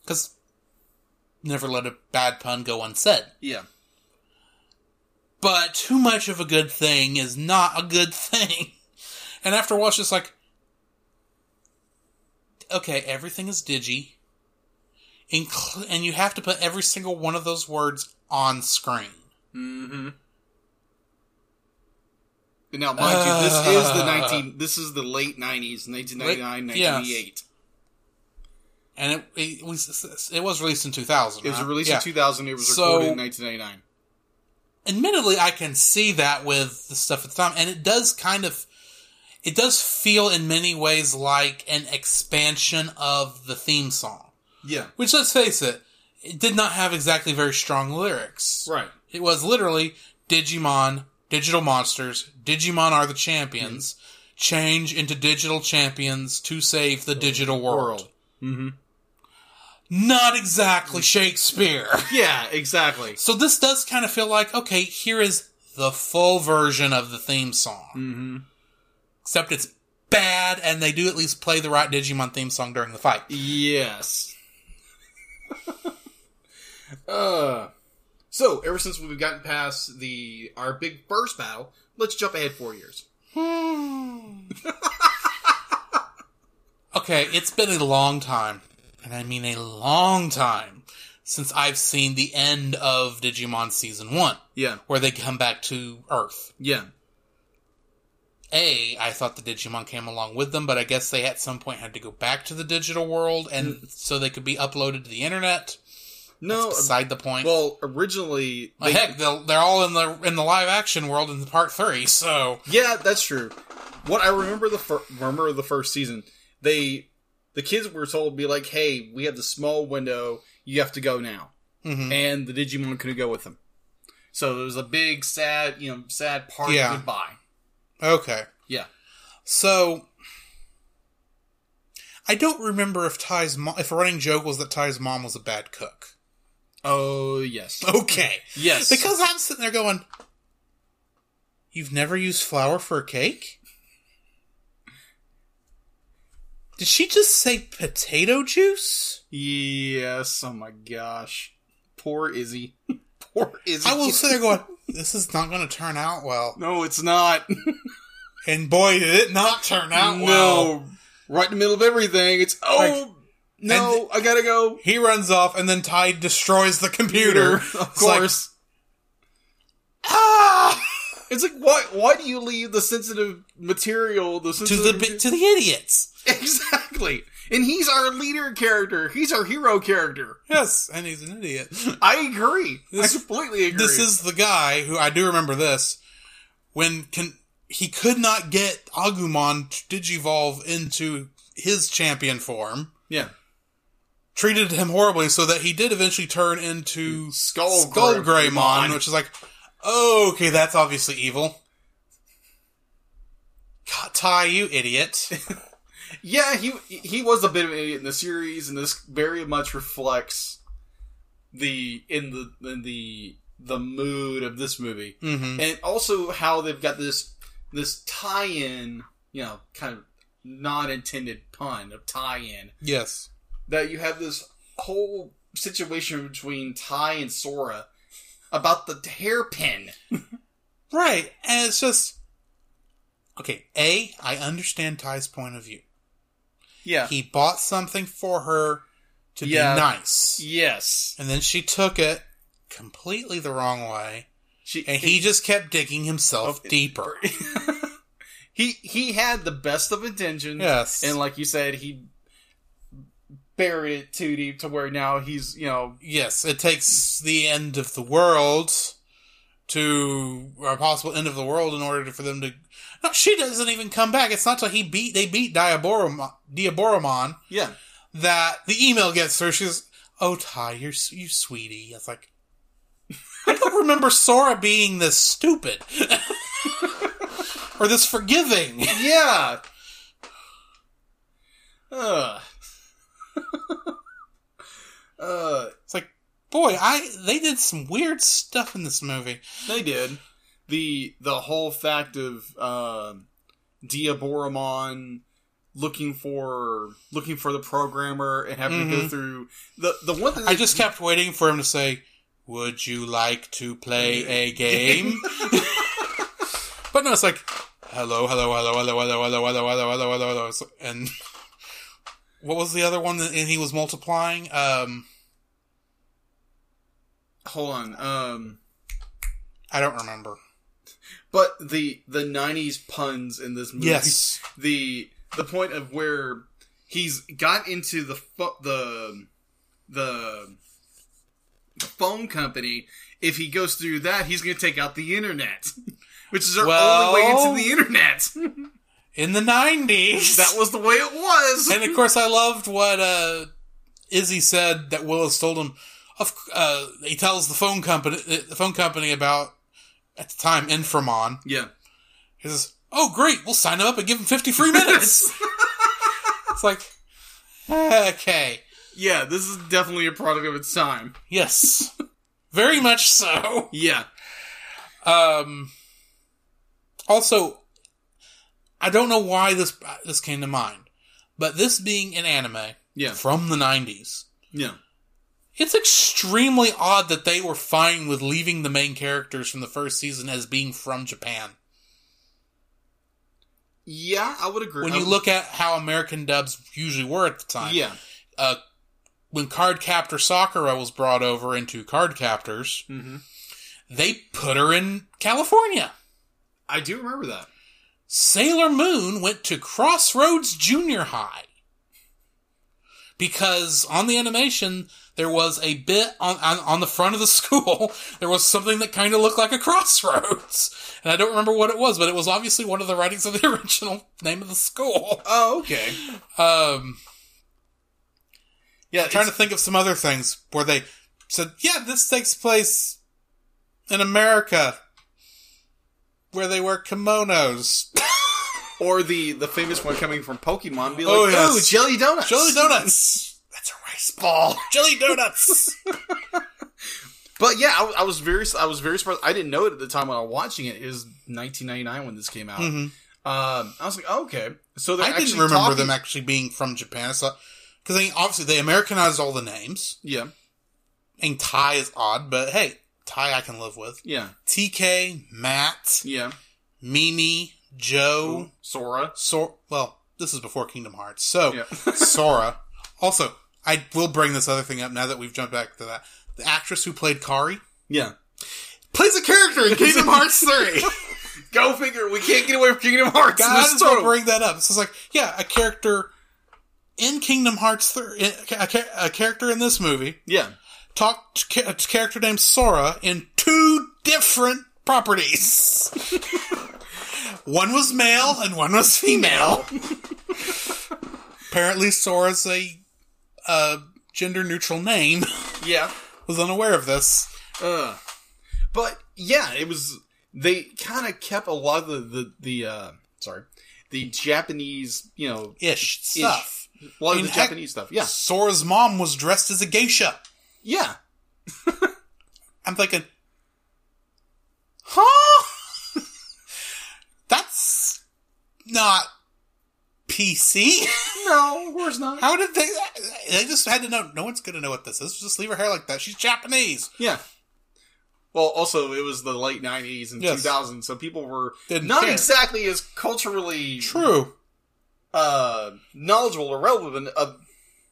Cause never let a bad pun go unsaid.
Yeah.
But too much of a good thing is not a good thing. And after a while, it's just like, okay, everything is digi. Incl- and you have to put every single one of those words on screen.
Mm-hmm. And now, mind you, this is the nineteen. This is the late nineties, 1999,
Late- yes.
1998.
and it, it was it was released in 2000.
It was
right?
released
Yeah.
in two thousand. It was
So-
recorded in nineteen ninety nine.
admittedly i can see that with the stuff at the time and it does kind of it does feel in many ways like an expansion of the theme song
Yeah,
which let's face it it did not have exactly very strong lyrics
right.
it was literally digimon digital monsters digimon are the champions
Mm-hmm.
change into digital champions to save the digital world,
Mhm.
not exactly
Mm-hmm.
shakespeare
Yeah, exactly.
so this does kind of feel like okay, here is the full version of the theme song,
Mm-hmm.
except it's bad, and they do at least play the right Digimon theme song during the fight.
Yes. uh, so ever since we've gotten past the our big first battle, let's jump ahead four years.
okay, it's been a long time, and I mean a long time since I've seen the end of Digimon season one,
Yeah,
where they come back to Earth.
yeah,
A, I thought the Digimon came along with them, but I guess they at some point had to go back to the digital world, and so they could be uploaded to the internet.
Mm. no. uh,
That's beside the point.
Well, originally,
Well, heck, they'll- they're all in the in the live action world in part three. So
yeah, that's true. What I remember the fir- remember the first season, they the kids were told to be like, "Hey, we have the small window. You have to go now."
Mhm.
And the Digimon couldn't go with them, so there was a big sad, you know, sad part
Yeah.
goodbye.
okay,
Yeah.
so I don't remember if Ty's mo- if a running joke was that Ty's mom was a bad cook.
Oh yes.
Okay,
Yes.
because I'm sitting there going, "You've never used flour for a cake." Did she just say potato juice?
Yes, oh my gosh. Poor Izzy. Poor Izzy.
I will sit there going, "This is not going to turn out well."
No, it's not.
And boy, did it not turn out
no.
well.
Right in the middle of everything. It's oh no, I gotta go.
He runs off, and then Ty destroys the computer.
Of
It's like,
course.
ah!
It's like why why do you leave the sensitive material the
to
sensitive
the bi- to the idiots.
Exactly. And he's our leader character. He's our hero character.
Yes, and he's an idiot.
I agree.
This-
I completely agree.
This is the guy who I do remember this when can he could not get Agumon to digivolve into his champion form.
Yeah.
Treated him horribly, so that he did eventually turn into
Skull
Skull
Greymon.
Greymon, which is like, oh, okay, that's obviously evil. God, Ty, you idiot.
Yeah, he he was a bit of an idiot in the series, and this very much reflects the in the in the the mood of this movie,
hmm
and also how they've got this this tie-in, you know, kind of not intended pun of tie-in
Yes.
that you have this whole situation between Ty and Sora about the hairpin.
Right. And it's just Okay, A, I understand Ty's point of view.
Yeah.
He bought something for her to
Yeah.
be nice.
yes.
And then she took it completely the wrong way.
She
And he just kept digging himself
Oh, it-
deeper.
he he had the best of intentions.
Yes.
And like you said, he buried it too deep to where now he's, you know,
Yes, it takes the end of the world to or a possible end of the world in order for them to. No, she doesn't even come back. It's not till he beat they beat Diaboromon, Diaboromon
yeah,
that the email gets through. She goes, "Oh Ty, you're s- you sweetie." It's like I don't remember Sora being this stupid or this forgiving.
yeah. Ugh. uh,
It's like, boy, I they did some weird stuff in this movie.
they did the the whole fact of um Diaboromon looking for looking for the programmer and having to go
Mhm.
through the the one thing
I
that-
just kept waiting for him to say, "Would you like to play a game?" but no, it's like, "Hello, hello, hello, hello, hello, hello, hello, hello, hello, hello, hello," It's- and what was the other one? That, and he was multiplying. Um,
hold on um
I don't remember.
But the the '90s puns in this movie,
Yes.
the the point of where he's got into the pho- the the phone company. If he goes through that, he's going to take out the internet, which is our
Well-
only way into the internet.
In the 90s.
that was the way it was.
and of course, I loved what uh, Izzy said that Willis told him. Of uh, he tells the phone company the phone company about at the time Inframon.
yeah,
He says, "Oh, great! We'll sign him up and give him fifty free minutes." it's like, okay,
yeah. This is definitely a product of its time.
yes, very much so.
Yeah,
Um, also, I don't know why this this came to mind, but this being an anime
yeah,
from the '90s,
yeah.
It's extremely odd that they were fine with leaving the main characters from the first season as being from Japan.
Yeah, I would agree.
When
I
you
would-
look at how American dubs usually were at the time,
yeah,
when Card Captor Sakura was brought over into Card Captors,
hmm
they put her in California.
I do remember that.
Sailor Moon went to Crossroads Junior High. Because on the animation, there was a bit on, on, on the front of the school, there was something that kind of looked like a crossroads. And I don't remember what it was, but it was obviously one of the writings of the original name of the school.
Oh, okay.
Um,
Yeah,
trying to
it's-
think of some other things where they said, yeah, this takes place in America, where they wear kimonos.
or the the famous one coming from Pokemon, be like,
Oh,
oh,
yes.
jelly donuts,
Jelly donuts! That's a rice ball. Jelly donuts.
But yeah, I, I was very I was very surprised. I didn't know it at the time when I was watching it. It was 1999 when this came out.
Mhm.
Um, I was like, oh, okay, so they're
I didn't
actually
remember
talking-
them actually being from Japan. So, because I mean, obviously they Americanized all the names.
yeah,
And Ty is odd, but hey, Ty I can live with.
yeah,
TK, Matt,
yeah.
Mimi, Joe,
Sora.
Sor. Well, this is before Kingdom Hearts, so
Yeah.
Sora. Also, I will bring this other thing up now that we've jumped back to that. The actress who played Kari
Yeah.
plays a character in Kingdom Hearts Three.
Go figure. We can't get away from Kingdom Hearts.
I
This
just want to
total-
bring that up. So it's like, yeah, a character in Kingdom Hearts, thir- a, cha- a character in this movie,
yeah.
talked to ca- a character named Sora in two different properties. one was male and one was female. Apparently, Sora's a, a gender neutral name.
Yeah.
was unaware of this.
Uh, but yeah, it was. They kind of kept a lot of the the, the uh, sorry, the Japanese, you know,
Ish stuff.
a lot
I mean,
of the
heck-
Japanese stuff. Yeah,
Sora's mom was dressed as a geisha.
yeah.
I'm thinking, huh? That's not PC.
No, of course not.
How did they? They just had to know. No one's gonna know what this is. Just leave her hair like that. She's Japanese.
Yeah. Well, also it was the late '90s and
Yes.
2000s, so people were
Didn't
not
care.
exactly as culturally
True,
uh, knowledgeable or relevant of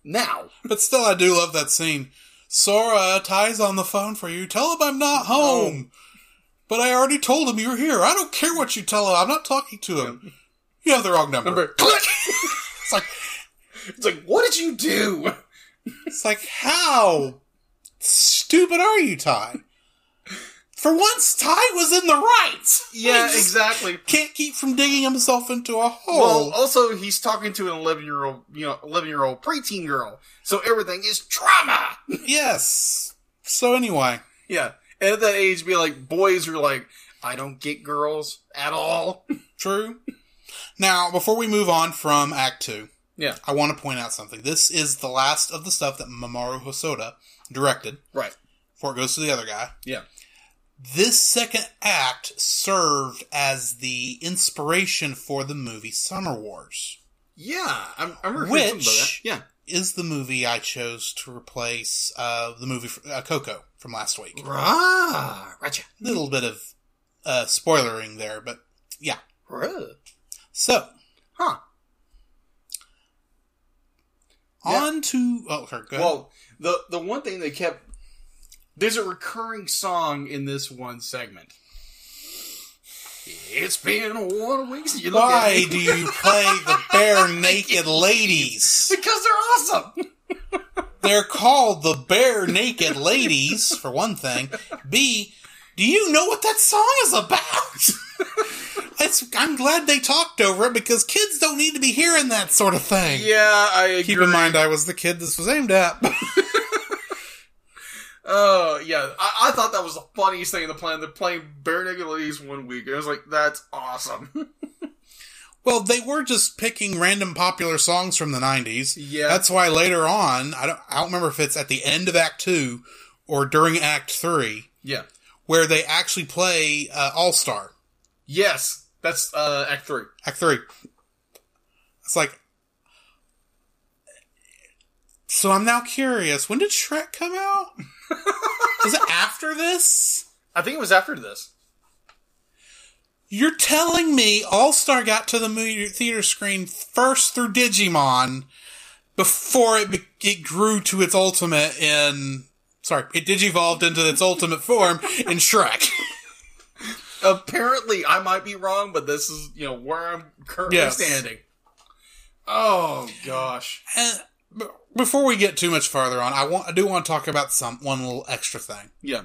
now.
but still, I do love that scene. Sora ties on the phone for you. Tell him I'm not home. But I already told him you were here. I don't care what you tell him. I'm not talking to him. You have the wrong number.
Remember,
It's like
it's like, what did you do?
It's like, how stupid are you, Ty? For once, Ty was in the right.
Yeah,
He just
exactly. Oh.
Can't keep from digging himself into a hole.
Well, also he's talking to an eleven-year-old, you know, eleven-year-old preteen girl, so everything is drama.
yes. So anyway,
yeah, and at that age, be like, boys are like, I don't get girls at all.
true. Now, before we move on from Act Two,
Yeah,
I want to point out something. This is the last of the stuff that Mamoru Hosoda directed
right.
before it goes to the other guy.
Yeah,
This second act served as the inspiration for the movie Summer Wars.
yeah. I'm, I'm remember
Which-
something about that. Yeah.
is the movie I chose to replace uh, the movie uh, Coco from last week.
Rah, gotcha.
little bit of uh, spoilering there, but yeah.
Rah.
So
Huh. Yeah.
on to oh, okay, go ahead.
Well, the the one thing they kept there's a recurring song in this one segment. It's been one week since you looked at
Why
me.
do you play the bare naked ladies?
Because they're awesome.
They're called the bare naked ladies, for one thing. B, do you know what that song is about? It's, I'm glad they talked over it because kids don't need to be hearing that sort of thing.
Yeah, I agree.
Keep in mind, I was the kid this was aimed at.
Oh yeah, I, I thought that was the funniest thing in the plan. They're playing bare naked ladies one week. I was like, that's awesome.
well, they were just picking random popular songs from the 90s.
Yeah.
That's why later on, I don't, I don't remember if it's at the end of Act 2 or during Act 3,
yeah.
where they actually play uh, All Star.
Yes, that's uh, Act Three.
Act three. It's like. So I'm now curious. When did Shrek come out? Was it after this?
I think it was after this.
You're telling me All Star got to the movie theater screen first through Digimon before it be- it grew to its ultimate in sorry it digivolved into its ultimate form in Shrek.
Apparently, I might be wrong, but this is you know where I'm currently
Yes.
standing. Oh gosh.
And b- before we get too much farther on, I want I do want to talk about some one little extra thing.
Yeah.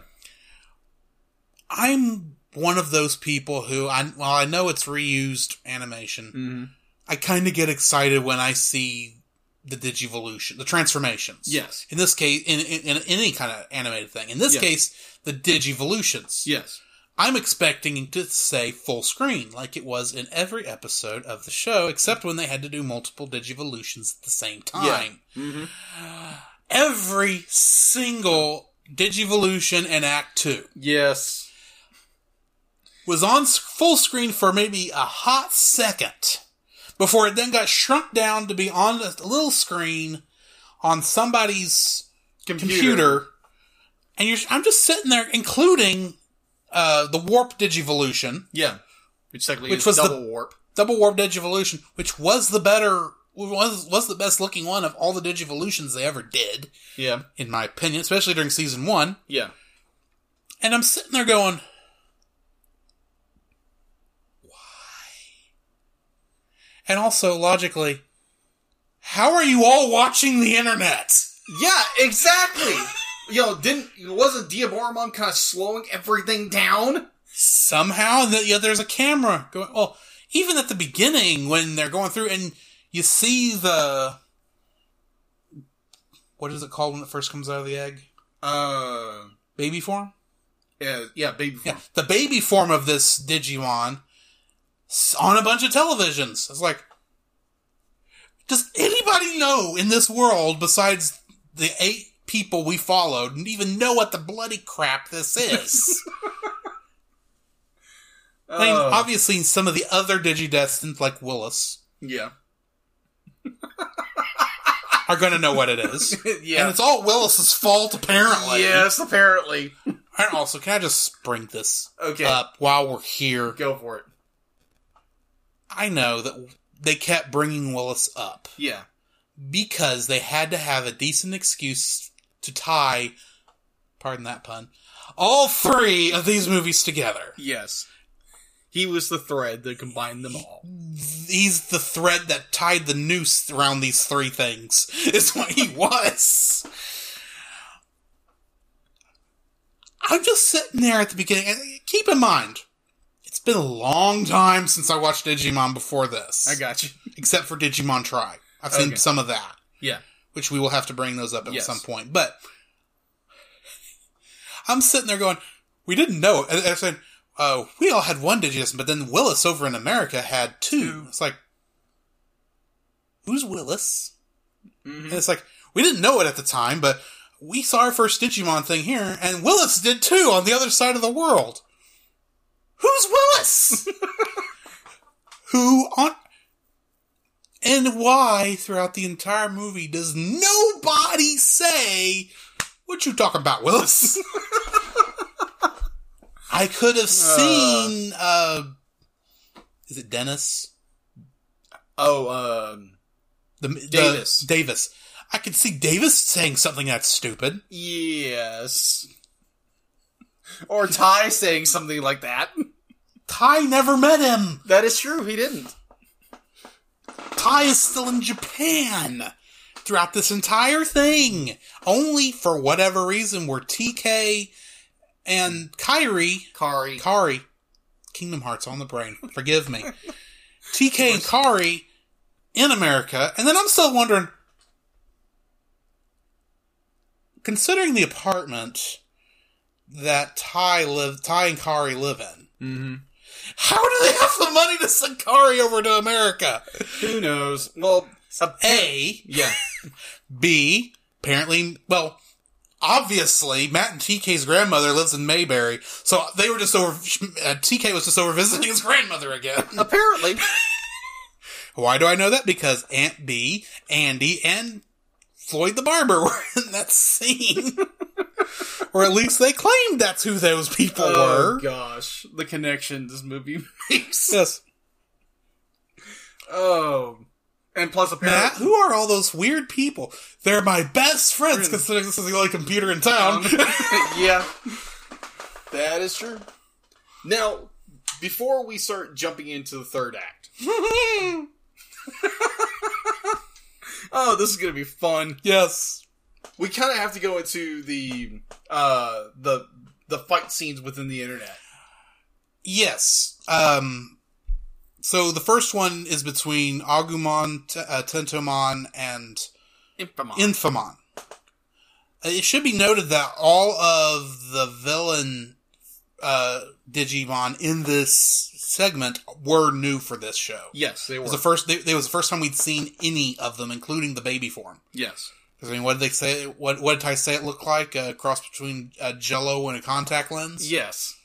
I'm one of those people who I well I know it's reused animation.
Mm-hmm.
I kind of get excited when I see the digivolution, the transformations.
Yes.
In this case, in, in, in any kind of animated thing. In this
Yeah.
case, the digivolutions.
Yes.
I'm expecting to say full screen, like it was in every episode of the show, except when they had to do multiple digivolutions at the same time.
Mm-hmm.
Every single digivolution in Act Two.
Yes.
was on s- full screen for maybe a hot second before it then got shrunk down to be on a little screen on somebody's computer. And you're, I'm just sitting there, including uh, the Warp Digivolution,
Yeah. Which technically
Which
is
was the-
double warp.
Double Warp Digivolution, which was the better, was, was the best looking one of all the Digivolutions they ever did,
Yeah.
in my opinion, especially during season one.
Yeah.
And I'm sitting there going, why? And also, logically, how are you all watching the internet?
Yeah, exactly. Yo, didn't wasn't Diaboromon kind of slowing everything down?
Somehow, the, yeah, there's a camera going. Well, even at the beginning when they're going through and you see the. What is it called when it first comes out of the egg?
Uh,
Baby form?
yeah, yeah, baby.
Yeah,
form.
the baby form of this Digimon s- on a bunch of televisions. It's like, does anybody know in this world besides the eight people we followed and even know what the bloody crap this is? I mean,
Uh,
obviously, some of the other Digidestins, like Willis,
yeah,
are going to know what it is. And
yeah,
it's all Willis's fault, apparently.
yes. Apparently,
And also, can I just bring this
okay,
up while we're here?
go for it.
I know that they kept bringing Willis up.
Yeah,
because they had to have a decent excuse to tie, pardon that pun, all three of these movies together.
yes. He was the thread that combined them all.
He's the thread that tied the noose around these three things, is what he was. I'm just sitting there at the beginning, and keep in mind, it's been a long time since I watched Digimon before this.
I got you.
except for Digimon Try. I've seen
Okay.
some of that.
Yeah.
Which we will have to bring those up at
Yes.
some point. But I'm sitting there going, we didn't know. And I said, oh, we all had one Digidestin, but then Willis over in America had two. It's like, who's Willis? And
Mhm.
it's like, we didn't know it at the time, but we saw our first Digimon thing here, and Willis did too on the other side of the world. Who's Willis? Who on. And why throughout the entire movie does nobody say, What you talking about, Willis? I could have seen, uh, is it Dennis?
Oh, um,
The, the-
Davis.
Davis. I could see Davis saying something that's stupid.
yes. Or Ty saying something like that.
Ty never met him.
That is true. He didn't.
Ty is still in Japan throughout this entire thing. Only for whatever reason were TK and Kyrie,
Kari.
Kari, Kingdom Hearts on the brain. Forgive me. TK and Kari in America, and then I'm still wondering. Considering the apartment that Ty live, Ty and Kari live in,
Mm-hmm.
how do they have the money to send Kari over to America?
Who knows? Well, a-
A,
yeah.
B, apparently, well, obviously, Matt and TK's grandmother lives in Mayberry, so they were just over. Uh, TK was just over visiting his grandmother again.
Apparently,
Why do I know that? Because Aunt B, Andy, and Floyd the Barber were in that scene. or at least they claimed that's who those people
oh
were.
gosh, the connection this movie makes.
Yes.
Oh, and plus
Matt,
apparently,
who are all those weird people? They're my best
Friends.
friends, considering this is the only computer in town.
Um, yeah, that is true. Now, before we start jumping into the third act, oh, this is gonna be fun.
yes.
We kind of have to go into the uh the the fight scenes within the internet.
Yes. Um, so the first one is between Agumon, T- uh, Tentomon, and
Infamon.
Infamon. Uh, It should be noted that all of the villain uh, Digimon in this segment were new for this show.
yes, they
It
were.
was the first. They, it was the first time we'd seen any of them, including the baby form.
yes.
'Cause, I mean, what did they say? What what did I say it looked like? A cross between a Jello and a contact lens.
Yes.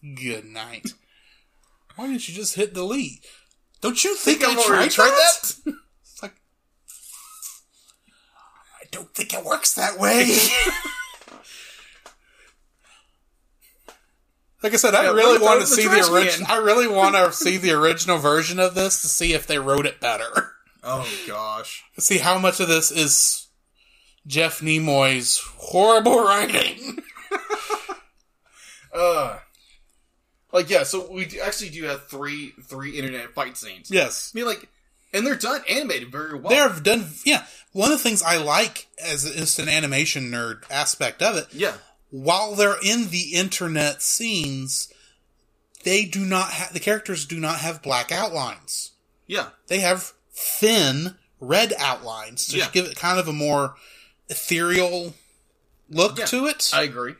Good night. Why didn't you just hit delete? Don't you think, I
I've already
tried,
tried
that?
that?
It's like I don't think it works that way. like I said, I
Yeah,
really
throw
want
it
to
in the
see
trash
the
can.
original. I really want to see the original version of this to see if they wrote it better.
Oh gosh.
See how much of this is Jeff Nemoy's horrible writing.
Uh, like yeah, so we do- actually do have three three internet fight scenes.
Yes.
I mean, like, and they're done animated very well.
They're done. Yeah. One of the things I like as an instant animation nerd aspect of it
yeah,
while they're in the internet scenes, they do not have the characters do not have black outlines.
yeah,
They have thin red outlines to
Yeah.
give it kind of a more ethereal look
Yeah.
to it.
I agree.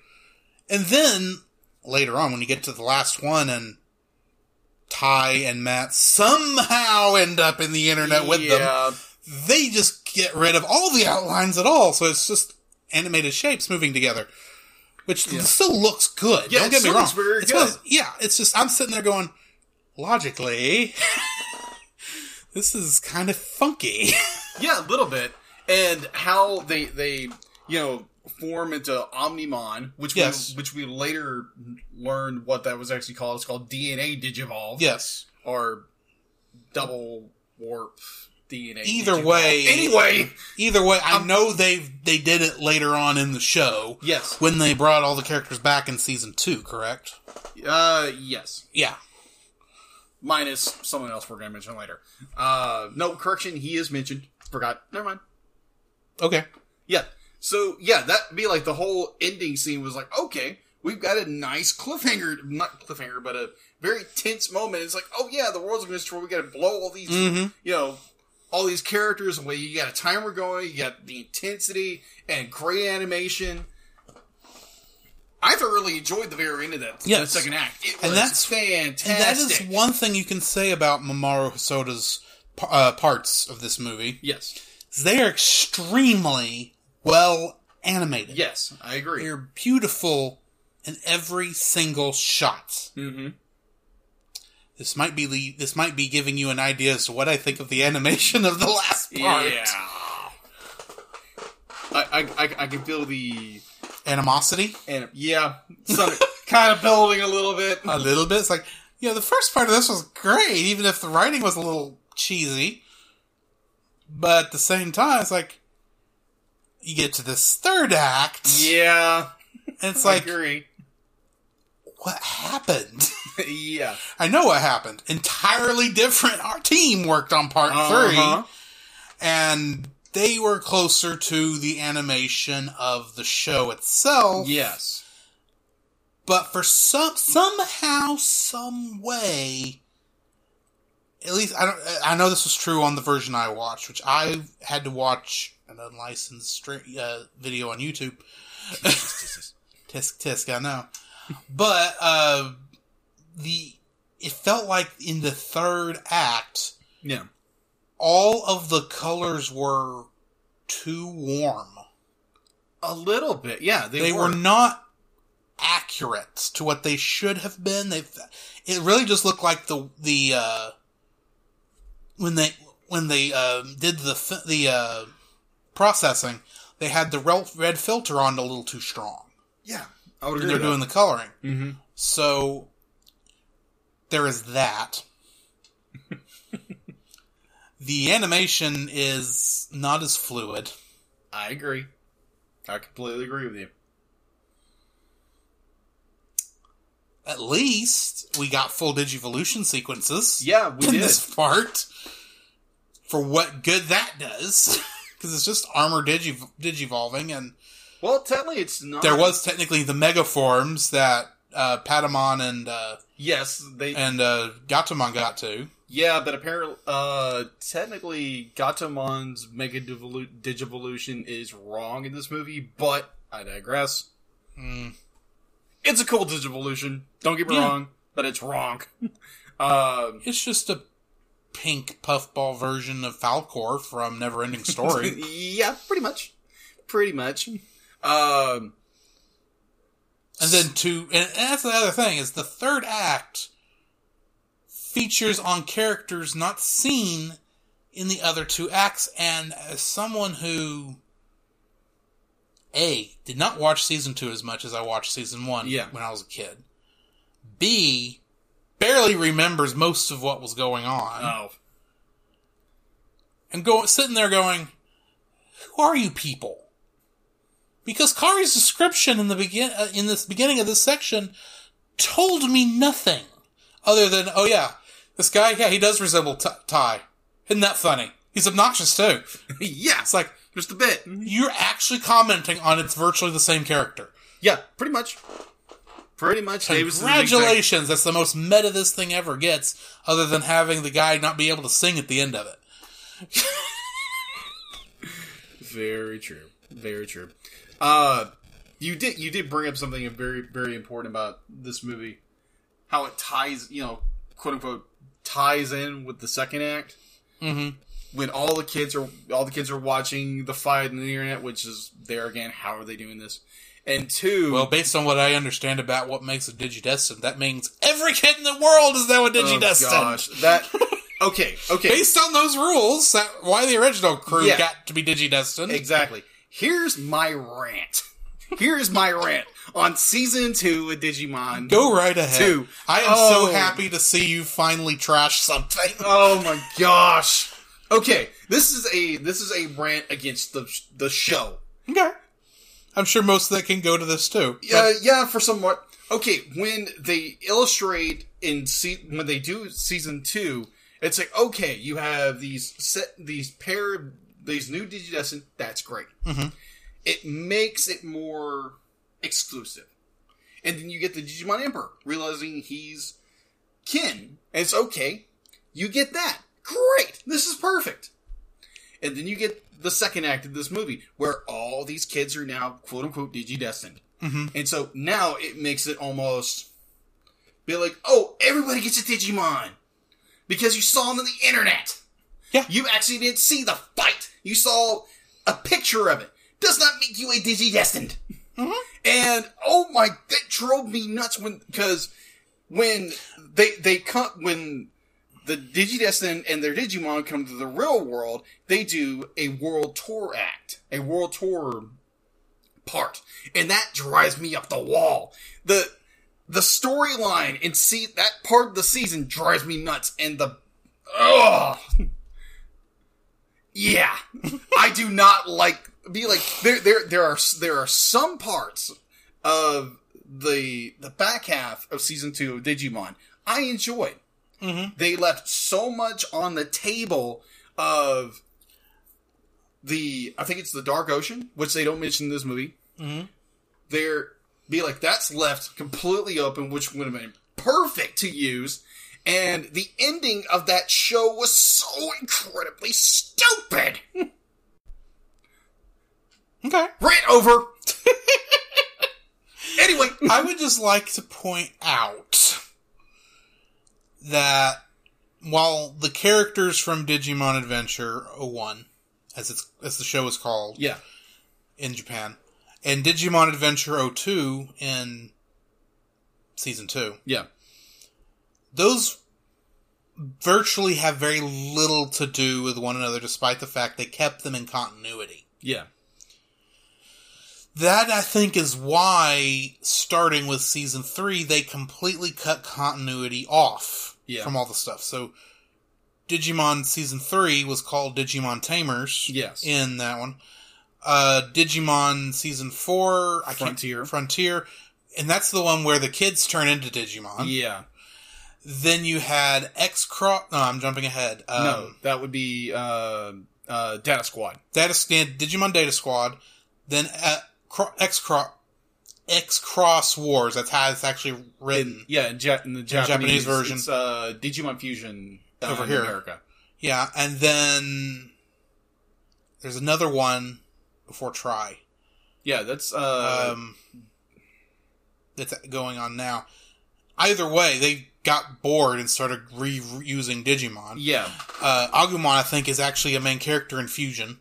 and then later on, when you get to the last one, and Ty and Matt somehow end up in the internet with them,
yeah,
they just get rid of all the outlines at all. So it's just animated shapes moving together, which
Yeah.
still looks good.
Yeah,
Don't
it
get me
still
wrong.
looks very
It's
good.
one of- yeah, it's just I'm sitting there going, logically, this is kind of funky.
yeah, a little bit, and how they they you know form into Omnimon, which
Yes.
we which we later learned what that was actually called. It's called DNA Digivolve,
yes,
or double warp DNA.
Either
Digivolve.
way-
anyway,
either way,
Um,
I know they they did it later on in the show
yes,
when they brought all the characters back in season two. Correct?
uh, yes.
Yeah.
minus someone else we're going to mention later. Uh, no, correction, he is mentioned. Forgot. Never mind.
Okay.
Yeah. So, yeah, that'd be like the whole ending scene was like, okay, we've got a nice cliffhanger, not cliffhanger, but a very tense moment. It's like, oh yeah, the world's going to destroy. We got to blow all these,
Mhm.
you know, all these characters away. You got a timer going. You got the intensity and great animation. I thoroughly enjoyed the very end of that, that
Yes.
second act. It was
And that's-
fantastic.
And that is one thing you can say about Mamoru Hosoda's uh, parts of this movie.
yes,
They are extremely well animated.
yes, I agree.
They're beautiful in every single shot.
Mm-hmm.
This might be the, this might be giving you an idea as to what I think of the animation of the last part.
Yeah. I, I, I, I can feel the
Animosity
and yeah, some kind of building a little bit.
a little bit. It's like you know the first part of this was great, even if the writing was a little cheesy. But at the same time, it's like you get to this third act,
yeah,
and it's
I
like
agree.
what happened?
yeah.
I know what happened. Entirely different. Our team worked on part
Uh-huh.
three, and they were closer to the animation of the show itself.
Yes.
But for some somehow, some way, at least I don't. I know this was true on the version I watched, which I had to watch an unlicensed stre- uh, video on YouTube. Tisk tisk, I know. But uh, the it felt like in the third act,
Yeah.
all of the colors were too warm.
A little bit. Yeah. They,
They, were.
were.
not accurate to what they should have been. They it really just looked like the the uh, when they when they uh, did the fi- the uh, processing, they had the rel- red filter on a little too strong.
Yeah. I would
when
agree.
They're
with
doing the Mm-hmm. coloring.
that. Mhm.
So there is that. the animation is not as fluid.
I agree. I completely agree with you.
At least we got full digivolution sequences
Yeah, we
in
did.
this part. For what good that does, because it's just armor digi- digivolving, and
Well, technically, it's not.
there was technically the mega forms that uh, Patamon and uh,
Yes, they.
and uh, Gatomon got to.
Yeah, but apparently, uh, technically, Gatomon's Mega Divolu- Digivolution is wrong in this movie, but I digress.
Mm.
It's a cool Digivolution. Don't get me
Yeah.
wrong, but it's wrong. um,
It's just a pink puffball version of Falcor from Neverending Story.
yeah, pretty much. Pretty much. Um,
and then two, and, and that's the other thing is the third act features on characters not seen in the other two acts. And as someone who a did not watch season two as much as I watched season one
Yeah.
when I was a kid, b barely remembers most of what was going on.
oh.
and go sitting there going, "Who are you people?" Because Kari's description in the begin uh, in this beginning of this section told me nothing other than, "Oh yeah, this guy, yeah, he does resemble T- Ty. Isn't that funny? He's obnoxious too."
yeah,
It's like
just a bit.
you're actually commenting on it's virtually the same character.
Yeah, pretty much. Pretty much. they was the exact-
Congratulations! That's the most meta this thing ever gets, other than having the guy not be able to sing at the end of it.
Very true. Very true. Uh, you did you did bring up something very very important about this movie, how it ties you know quote unquote ties in with the second act
Mm-hmm.
when all the kids are all the kids are watching the fight on the internet, which is there again. How are they doing this? And two,
Well, based on what I understand about what makes a digidestin, that means every kid in the world is now a
oh
digidestin.
gosh, that okay okay
Based on those rules, that why the original crew
Yeah.
got to be digidestined.
Exactly. Here's my rant. Here's my rant on season two of Digimon.
Go right ahead.
Two.
I am
Oh.
so happy to see you finally trash something.
Oh my gosh. Okay, this is a this is a rant against the the show.
Okay. I'm sure most of that can go to this too.
Yeah, yeah, for somewhat. Okay, when they illustrate in se- when they do season two, it's like okay, you have these set these pair of these new Digidestin. That's great.
Mhm.
It makes it more exclusive, and then you get the Digimon Emperor realizing he's kin. And it's okay. You get that. Great. This is perfect. And then you get the second act of this movie where all these kids are now quote unquote digidestined.
Mhm.
And so now it makes it almost be like, oh, everybody gets a Digimon because you saw them on the internet.
Yeah.
You actually didn't see the fight. You saw a picture of it. Does not make you a digidestined. And oh my, that drove me nuts when because when they they come when the Digidestin and their Digimon come to the real world, they do a world tour act, a world tour part, and that drives me up the wall. the The storyline and see that part of the season drives me nuts, and the oh yeah, I do not like be like there there there are there are some parts of the the back half of season two of Digimon, I enjoyed.
Mm-hmm.
They left so much on the table of the I think it's the Dark Ocean, which they don't mention in this movie.
Mm-hmm.
There be like that's left completely open, which would have been perfect to use. And the ending of that show was so incredibly stupid.
Okay.
Rant over. anyway,
I would just like to point out that while the characters from Digimon Adventure 01, as it's as the show is called
yeah,
in Japan, and Digimon Adventure 02 in season 2,
yeah,
those virtually have very little to do with one another despite the fact they kept them in continuity.
yeah.
That I think is why, starting with season three, they completely cut continuity off
Yeah.
from all the stuff. So, Digimon season three was called Digimon Tamers.
Yes.
in that one, uh, Digimon season four, I
Frontier.
can't, Frontier, and that's the one where the kids turn into Digimon.
Yeah.
Then you had X Cross. No, I'm jumping ahead. Um,
no, that would be uh, uh, Data Squad.
Data Scan, Digimon Data Squad, then uh, Cro- X Cross, X Cross Wars. That's how it's actually written.
In, yeah, in, ja- in the Japanese,
Japanese version.
it's, uh, Digimon Fusion uh,
Over
in
here.
America.
yeah, and then there's another one before Try.
Yeah, that's uh,
Um, that's going on now. Either way, they got bored and started reusing Digimon.
yeah,
Uh, Agumon, I think, is actually a main character in Fusion.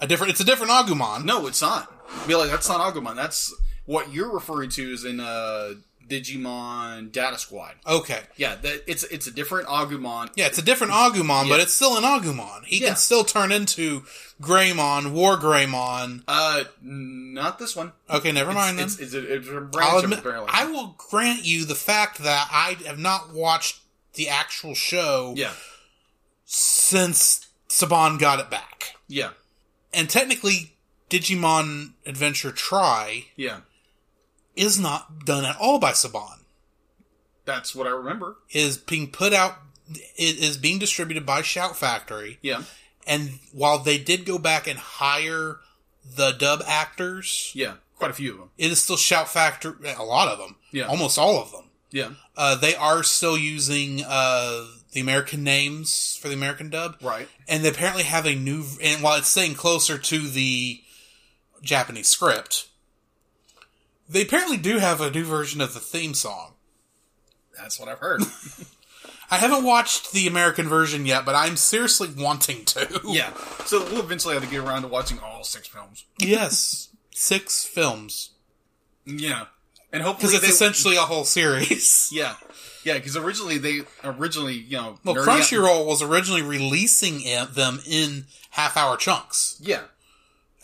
A different, it's a different Agumon.
No, it's not. Be like, that's not Agumon. That's what you're referring to is in uh, Digimon Data Squad.
Okay.
Yeah, that, it's it's a different Agumon.
Yeah, it's a different Agumon, but
Yeah.
it's still an Agumon. He
Yeah.
can still turn into Greymon, War Greymon.
Uh, not this one.
Okay, never mind then.
It's, it's, a, it's a branch
I'll
of it,
admit-
apparently.
I will grant you the fact that I have not watched the actual show
yeah,
since Saban got it back.
yeah,
And technically, Digimon Adventure Try
yeah.
is not done at all by Saban.
That's what I remember.
It is being put out, it is being distributed by Shout Factory.
Yeah,
And while they did go back and hire the dub actors,
yeah. Quite a few of them.
it is still Shout Factory, a lot of them,
Yeah.
almost all of them.
Yeah,
Uh, they are still using uh, the American names for the American dub,
right.
and they apparently have a new. And while it's staying closer to the Japanese script, they apparently do have a new version of the theme song.
That's what I've heard.
I haven't watched the American version yet, but I'm seriously wanting to.
yeah. So we'll eventually have to get around to watching all six films.
yes, six films
Yeah, and hopefully
because it's
they-
essentially a whole series.
yeah, yeah. Because originally they originally you know
Well,
Nerdy-
Crunchyroll was originally releasing it, them in half-hour chunks.
Yeah,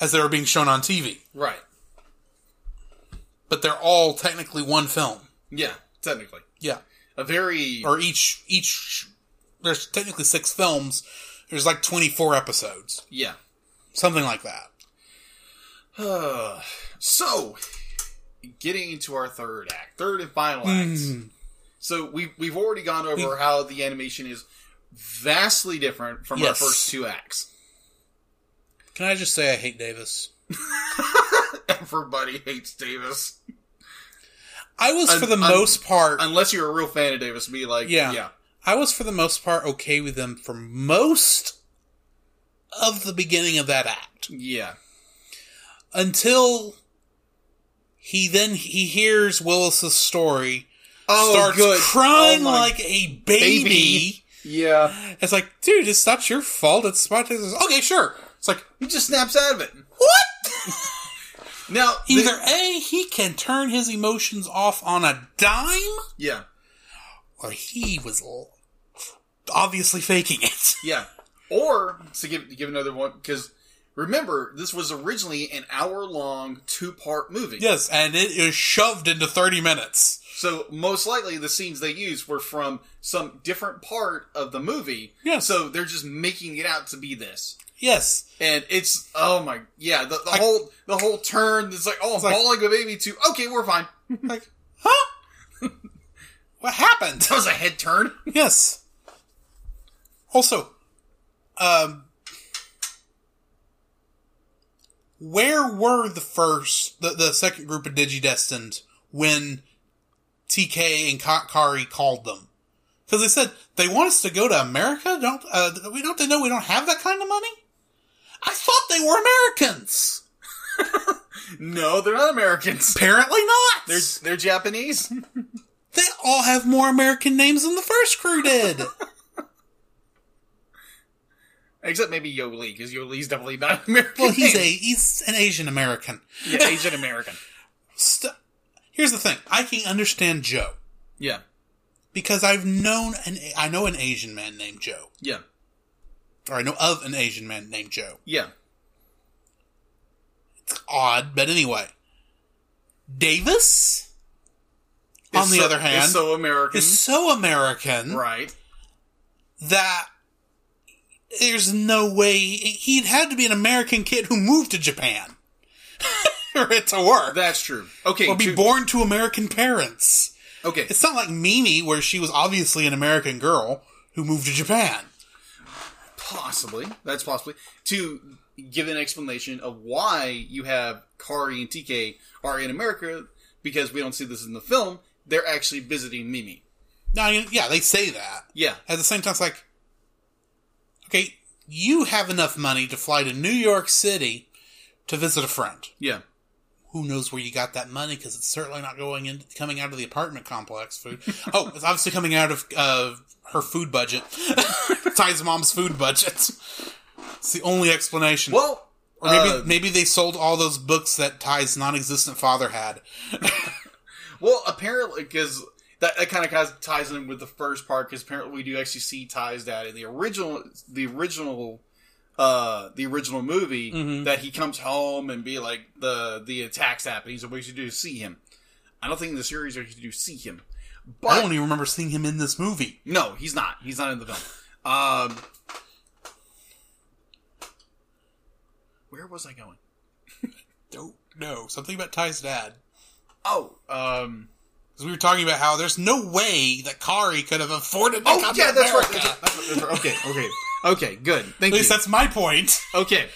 as they were being shown on TV.
right.
But they're all technically one film.
Yeah, technically.
Yeah.
A very
Or each each there's technically six films. There's like 24 episodes,
yeah.
something like that.
so, getting into our third act, third and final
Hmm.
act. So we we've already gone over how the animation is vastly different from
Yes.
our first two acts.
Can I just say I hate Davis?
Everybody hates Davis
I was for the
un-
most part
unless you're a real fan of Davis. Be like,
Yeah.
yeah, yeah,
I was for the most part okay with them for most of the beginning of that act
yeah,
until he then he hears Willis's story
Oh,
starts
good.
crying
Oh, my
like a baby.
baby. yeah.
It's like, dude, it's not your fault. It's my okay, sure. It's like
He just snaps out of it.
what?
Now, the-
Either a he can turn his emotions off on a dime,
yeah,
or he was l- obviously faking it.
yeah, or to give to give another one because remember this was originally an hour long two part movie.
yes, and it is shoved into thirty minutes.
So most likely the scenes they used were from some different part of the movie.
Yes.
So they're just making it out to be this.
Yes.
And it's oh my yeah, the, the whole the whole turn is like, oh I'm
like-
falling a baby to okay, we're fine.
Like, huh? what happened?
That was a head turn.
Yes. Also, um, where were the first, the, the second group of Digidestined when TK and Ka- Kari called them? Because they said they want us to go to America. Don't uh, we? Don't they know we don't have that kind of money? I thought they were Americans.
No, they're not Americans.
Apparently not.
They're they're Japanese.
They all have more American names than the first crew did.
Except maybe Yoli, because Yoli's definitely not American.
well, he's a he's an Asian American.
yeah, Asian American.
St- Here's the thing: I can understand Joe
Yeah.
because I've known an I know an Asian man named Joe,
Yeah.
or I know of an Asian man named Joe.
Yeah.
It's odd, but anyway, Davis, on
It's
the
so-
other hand,
it's so American.
is so American
right.
that there's no way he'd had to be an American kid who moved to Japan for it to work.
That's true. Okay.
or be
to-
born to American parents.
okay.
It's not like Mimi, where she was obviously an American girl who moved to Japan.
Possibly. That's possibly. To give an explanation of why you have Kari and TK are in America, because we don't see this in the film, they're actually visiting Mimi.
Now, you- yeah, they say that.
Yeah.
At the same time, it's like, okay, you have enough money to fly to New York City to visit a friend.
Yeah.
Who knows where you got that money? Because it's certainly not going in, coming out of the apartment complex food. oh, it's obviously coming out of uh, her food budget, Ty's mom's food budget. It's the only explanation.
Well,
Or maybe,
uh,
maybe they sold all those books that Ty's non-existent father had.
well, apparently, because that, that kind of ties in with the first part, because apparently we do actually see Ty's dad in the original, the original, uh, the original movie
Mm-hmm.
that he comes home and be like the the attacks happen. He's like, "What you do is see him." I don't think in the series are you do see him, but
I don't even remember seeing him in this movie.
No, he's not. He's not in the film. Um, where was I going?
Don't know something about Ty's dad.
Oh, um,
Because we were talking about how there's no way that Kari could have afforded. To
oh
come
yeah,
to
that's right,
America.
that's right. that's right, that's right. Okay, okay, okay. Good. Thank
At least
you.
that's my point.
Okay.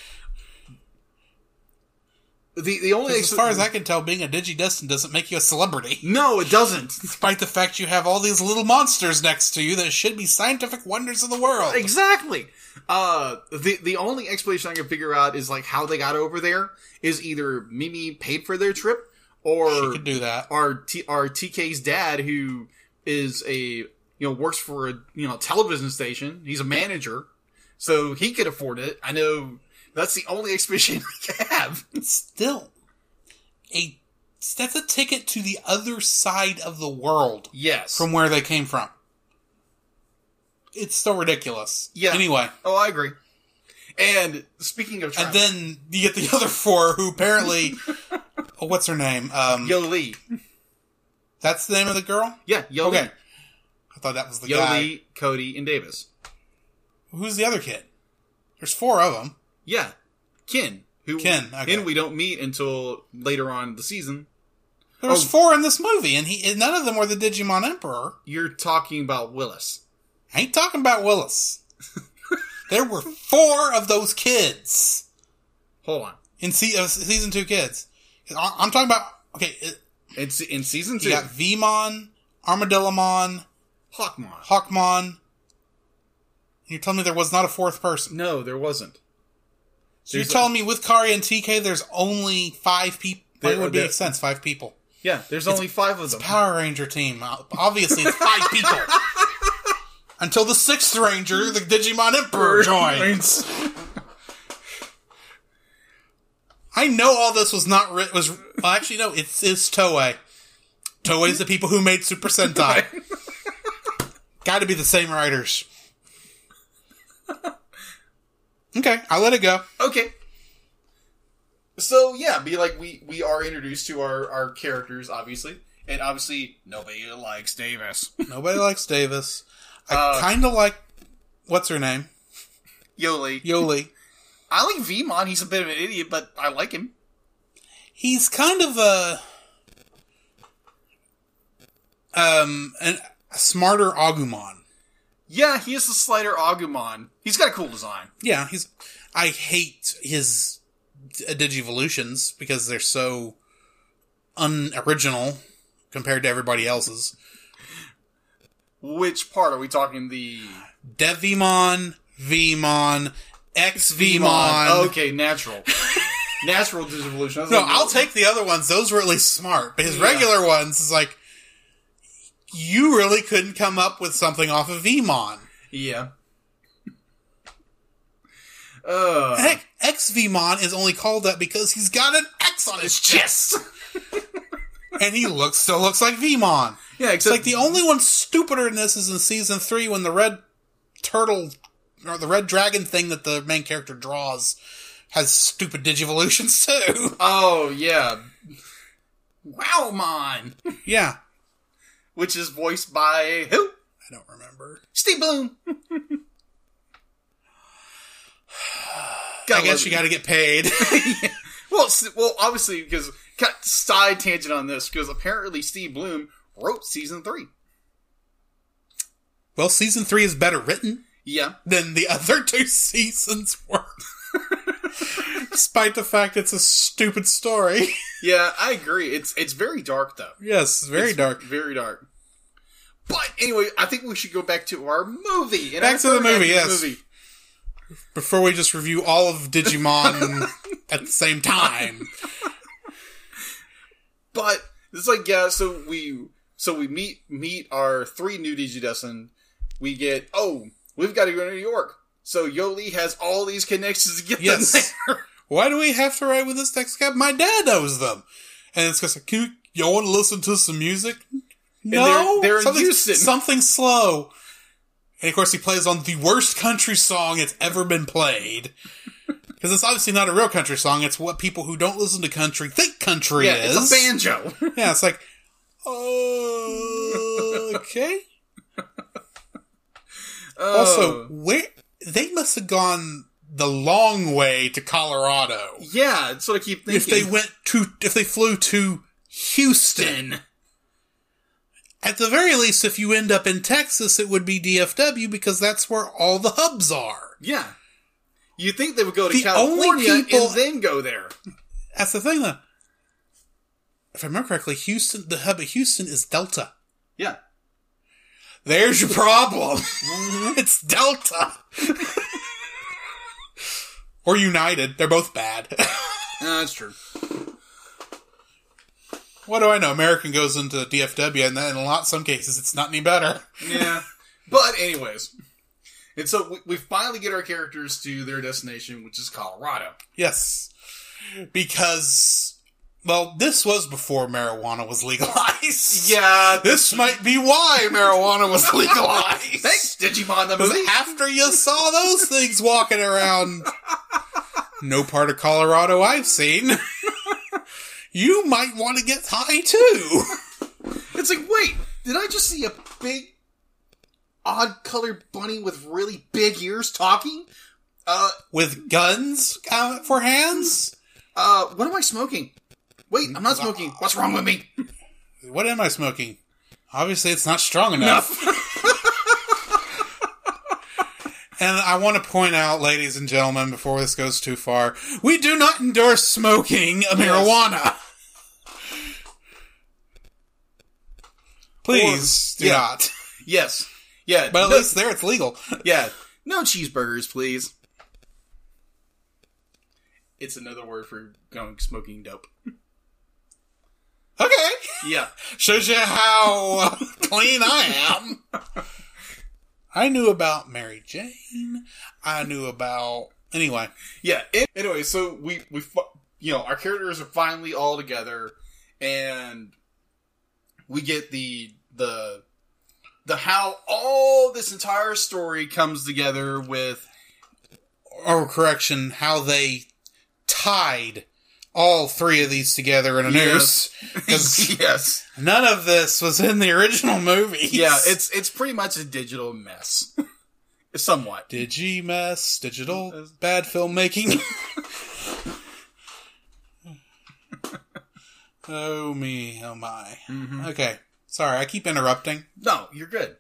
The the only
'Cause as far as I can tell, being a digidestin doesn't make you a celebrity,
no, it doesn't.
despite the fact you have all these little monsters next to you that should be scientific wonders of the world.
Exactly. Uh, the the only explanation I can figure out is like how they got over there is either Mimi paid for their trip or
She could do that.
our T- our TK's dad, who is a you know works for a you know television station. He's a manager, so he could afford it. I know that's the only exhibition I can have.
Still, a that's a ticket to the other side of the world.
Yes.
from where they came from. It's so ridiculous.
Yeah.
Anyway,
oh, I agree. And speaking of travel,
and then you get the other four who apparently, oh, what's her name? Um,
Yoli,
that's the name of the girl.
yeah, Yoli,
Okay, I thought that was the guy.
Yoli, Cody, and Davis.
Who's the other kid? There's four of them.
Yeah, Ken. Who
Ken, okay.
Ken we don't meet until later on in the season.
There was
Oh.
four in this movie, and he and none of them were the Digimon Emperor.
You're talking about Willis.
I ain't talking about Willis. there were four of those kids.
Hold on.
In se- uh, season two kids. I- I'm talking about, okay, it-
It's in season two.
you got Vmon, Armadillomon,
Hawkmon.
Hawkmon. And you're telling me there was not a fourth person.
No, there wasn't.
So you're
There's a-
telling me with Kari and TK, there's only five people. That
There-
would make
there-
sense. Five people.
Yeah, there's only five of them.
Power Ranger team. uh, Obviously, it's five people. Until the sixth Ranger, the Digimon Emperor, joins. I know all this was not writ was well, actually no, it's it's Toei. Toei's the people who made Super Sentai. Got to be the same writers. Okay, I let it go.
Okay. So yeah, be like we we are introduced to our our characters obviously, and obviously nobody likes Davis.
Nobody likes Davis. I
Uh,
kind of like what's her name,
Yoli.
Yoli.
I like Vemon. He's a bit of an idiot, but I like him.
He's kind of a um an, a smarter Agumon.
Yeah, he is the Slider Agumon. He's got a cool design.
Yeah, he's. I hate his uh, Digivolutions because they're so unoriginal compared to everybody else's.
Which part are we talking? The
Devimon, Vmon, Xvmon.
Okay, natural. natural disevolution.
No, I'll take the other ones. Those were at least smart. But his
Yeah.
regular ones is like, you really couldn't come up with something off of Vmon.
Yeah. Uh,
Heck, Xvmon is only called that because he's got an X on his chest, and he looks still looks like Vmon.
Yeah,
It's
except
like the only one stupider in this is in season three when the red turtle or the red dragon thing that the main character draws has stupid digivolutions too.
oh yeah. Wowmon,
yeah,
which is voiced by who?
I don't remember.
Steve Bloom.
I guess you got to get paid.
Well, s- well, obviously because got side tangent on this because apparently Steve Bloom wrote season three.
well, season three is better written
Yeah,
than the other two seasons were, despite the fact it's a stupid story.
yeah, I agree. It's it's very dark though.
yes, very
It's
dark.
very dark. But anyway, I think we should go back to our movie. And
Back
our
to the
third act of
movie, yes. Before we just review all of Digimon at the same time.
But it's like yeah, so we so we meet meet our three new Digidestined. We get oh, we've got to go to New York. So Yoli has all these connections to get
Yes.
them there.
Why do we have to write with this text cab? My dad knows them. And it's because, can you, y'all want to listen to some music? No.
they're- they're in
something,
Houston.
Something slow. And of course, he plays on the worst country song that's ever been played. Because it's obviously not a real country song. It's what people who don't listen to country think country
Yeah,
is.
it's a banjo.
Yeah, it's like, okay.
Oh.
Also, where they must have gone the long way to Colorado.
yeah, that's what I keep
if
thinking.
they went to if they flew to Houston. At the very least, if you end up in Texas, it would be DFW because that's where all the hubs are.
yeah, you think they would go to
The only
California
people-
and then go there?
That's the thing, though. If I remember correctly, Houston, the hub of Houston is Delta.
Yeah,
There's your problem. it's Delta. or United. They're both bad.
no, Uh, that's true.
what do I know? American goes into DFW, and then in a lot some cases, it's not any better.
Yeah. But anyways, and so we, we finally get our characters to their destination, which is Colorado.
Yes. Because, well, this was before marijuana was legalized.
Yeah.
This might be why marijuana was legalized.
Thanks, Digimon the
'Cause
movie.
After you saw those things walking around, no part of Colorado I've seen, you might want to get high too.
It's like, wait, did I just see a big, odd colored bunny with really big ears talking? Uh,
With guns uh, for hands?
uh, what am I smoking? Wait, I'm not smoking. What's wrong with me?
What am I smoking? Obviously, it's not strong enough. and I want to point out, ladies and gentlemen, before this goes too far, we do not endorse smoking a marijuana. Please do
yeah.
not.
Yes. Yeah.
But at
no,
least there it's legal.
yeah. No cheeseburgers, please. It's another word for going smoking dope.
Okay.
Yeah.
Shows you how uh, clean I am. I knew about Mary Jane. I knew about. Anyway.
Yeah. an- anyway, so we we fi- you know our characters are finally all together, and we get the the the how all this entire story comes together with
or correction, how they tied all three of these together in a noose.
Yes.
'Cause
yes.
None of this was in the original movie.
Yeah, it's it's pretty much a digital mess. Somewhat.
Digimess, digital bad filmmaking. oh me, oh my. Okay, sorry, I keep interrupting.
No, you're good.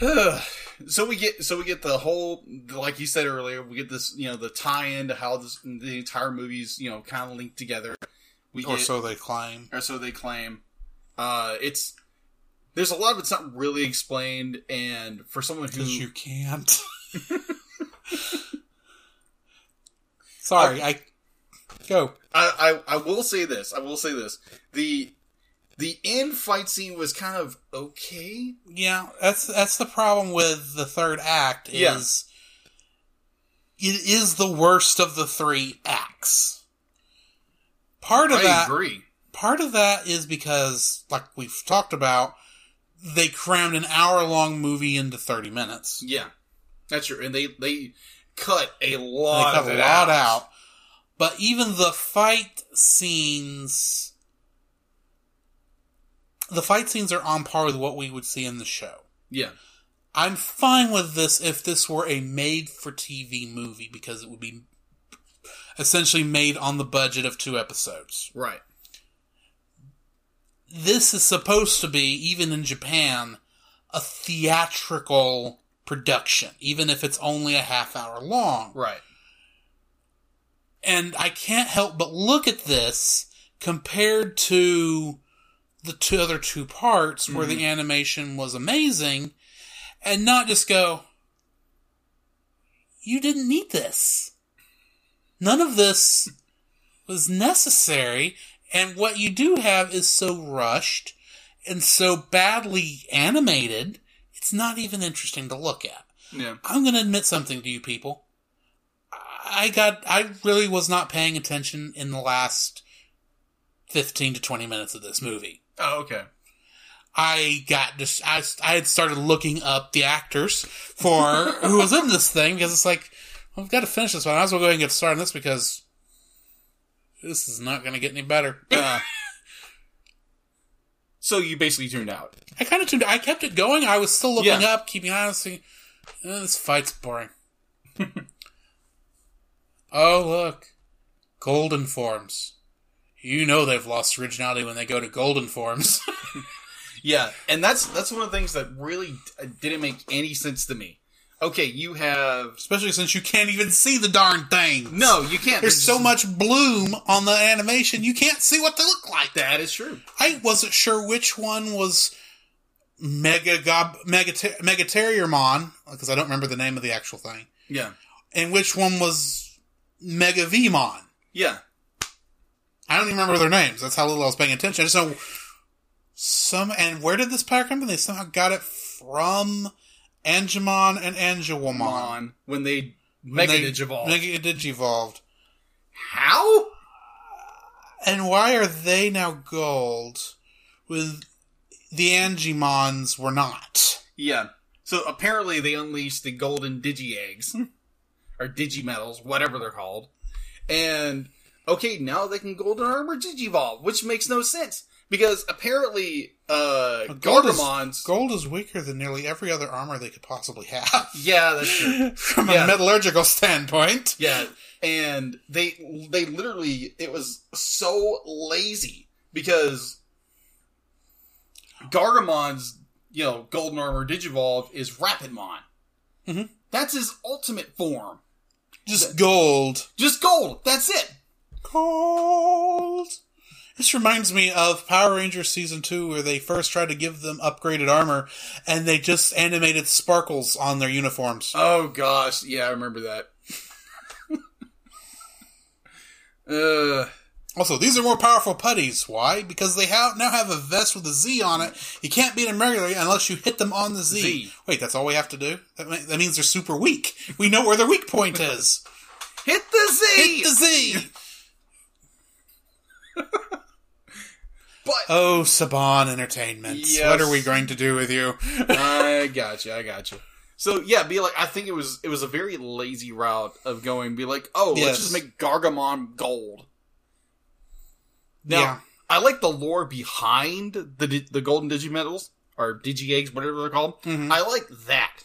so we get so we get the whole like you said earlier, we get this, you know, the tie in to how this the entire movie's, you know, kind of linked together. We
Or
get-
so they claim.
or so they claim. Uh, it's there's a lot of it's not really explained, and for someone who
Because you can't. sorry, I. Go.
I, I I will say this, I will say this the the end fight scene was kind of okay.
Yeah, that's that's the problem with the third act
Yeah.
is it is the worst of the three acts. Part of
I
that
agree.
part of that is because like we've talked about they crammed an hour long movie into 30 minutes.
Yeah, that's true. And they they cut a
They
lot,
cut
of
a
it
lot out. But even the fight scenes the fight scenes are on par with what we would see in the show.
Yeah,
I'm fine with this if this were a made for TV movie because it would be essentially made on the budget of two episodes.
right.
This is supposed to be, even in Japan, a theatrical production, even if it's only a half hour long.
Right.
And I can't help but look at this compared to the two other two parts where the animation was amazing and not just go, you didn't need this. None of this was necessary. And what you do have is so rushed and so badly animated, it's not even interesting to look at.
Yeah.
I'm going to admit something to you people. I got, I really was not paying attention in the last 15 to 20 minutes of this movie.
Oh, okay.
I got just, I, I had started looking up the actors for who was in this thing because it's like, well, we've got to finish this one. I might as well go ahead and get started on this because this is not going to get any better. Uh,
So you basically tuned out.
I kind of tuned. I kept it going. I was still looking
Yeah.
up, keeping honesty. Eh, this fight's boring. oh look, golden forms. You know they've lost originality when they go to golden forms.
Yeah, and that's that's one of the things that really d- didn't make any sense to me. Okay, you have
Especially since you can't even see the darn thing.
no, you can't.
There's so much bloom on the animation, you can't see what they look like.
that is true.
I wasn't sure which one was Mega Gob Mega Megaterriormon because I don't remember the name of the actual thing,
Yeah,
and which one was Mega Vmon.
yeah,
I don't even remember their names. That's how little I was paying attention. I just know some and where did this power come from? They somehow got it from Angemon and Angelomon.
on when they
When
mega
they-
digivolve.
Mega Digivolved.
How?
And why are they now gold when the Angemons were not?
Yeah. So apparently they unleashed the golden digi eggs
Hmm.
or digi metals, whatever they're called. And okay, now they can golden armor digivolve, which makes no sense because apparently uh
gold is-
Gordamons
Gold is weaker than nearly every other armor they could possibly have
Yeah, that's true.
from
Yeah.
a metallurgical standpoint.
Yeah, and they they literally it was so lazy because Gargamon's you know golden armor digivolve is Rapidmon. Mm-hmm.
Mhm.
That's his ultimate form.
Just gold.
Just gold. That's it.
Cold. This reminds me of Power Rangers Season 2, where they first tried to give them upgraded armor, and they just animated sparkles on their uniforms.
Oh gosh, yeah, I remember that. uh,
Also, these are more powerful putties. Why? Because they have, now have a vest with a Z on it. You can't beat them regularly unless you hit them on the Z.
Z.
Wait, that's all we have to do? That, ma- that means they're super weak. We know where their weak point is.
hit the Z.
Hit the Z!
But-
Oh, Saban Entertainment.
Yes.
What are we going to do with you?
I got you. I got you. So yeah, be like. I think it was it was a very lazy route of going. Be like, oh,
Yes.
let's just make Gargamon gold. Now,
Yeah.
I like the lore behind the di- the golden digimetals or digi eggs, whatever they're called.
Mhm.
I like that.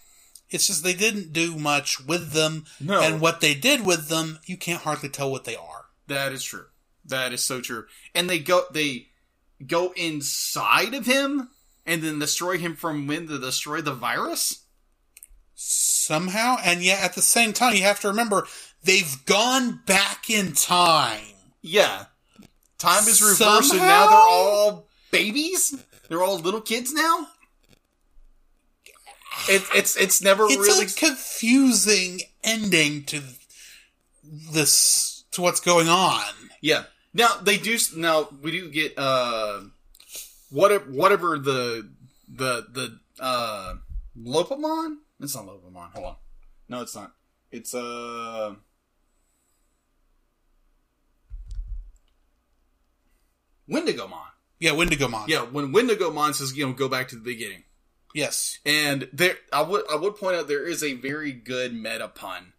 It's just they didn't do much with them,
No,
and what they did with them, you can't hardly tell what they are.
that is true. That is so true. And they go they go inside of him and then destroy him from when to destroy the virus.
Somehow, and yet at the same time, you have to remember they've gone back in time.
Yeah, time is reversed, and now they're
Somehow?
all babies. They're all little kids now. It, it's it's never
It's
really
a confusing ending to this, to what's going on.
Yeah. Now they do. Now we do get uh, whatever whatever the the the uh, Lopamon. It's not Lopamon. Hold on. No, it's not. It's uh. Wendigomon.
Yeah, Wendigomon.
Yeah, when Wendigomon says, you know, go back to the beginning.
Yes.
And there, I would I would point out there is a very good meta pun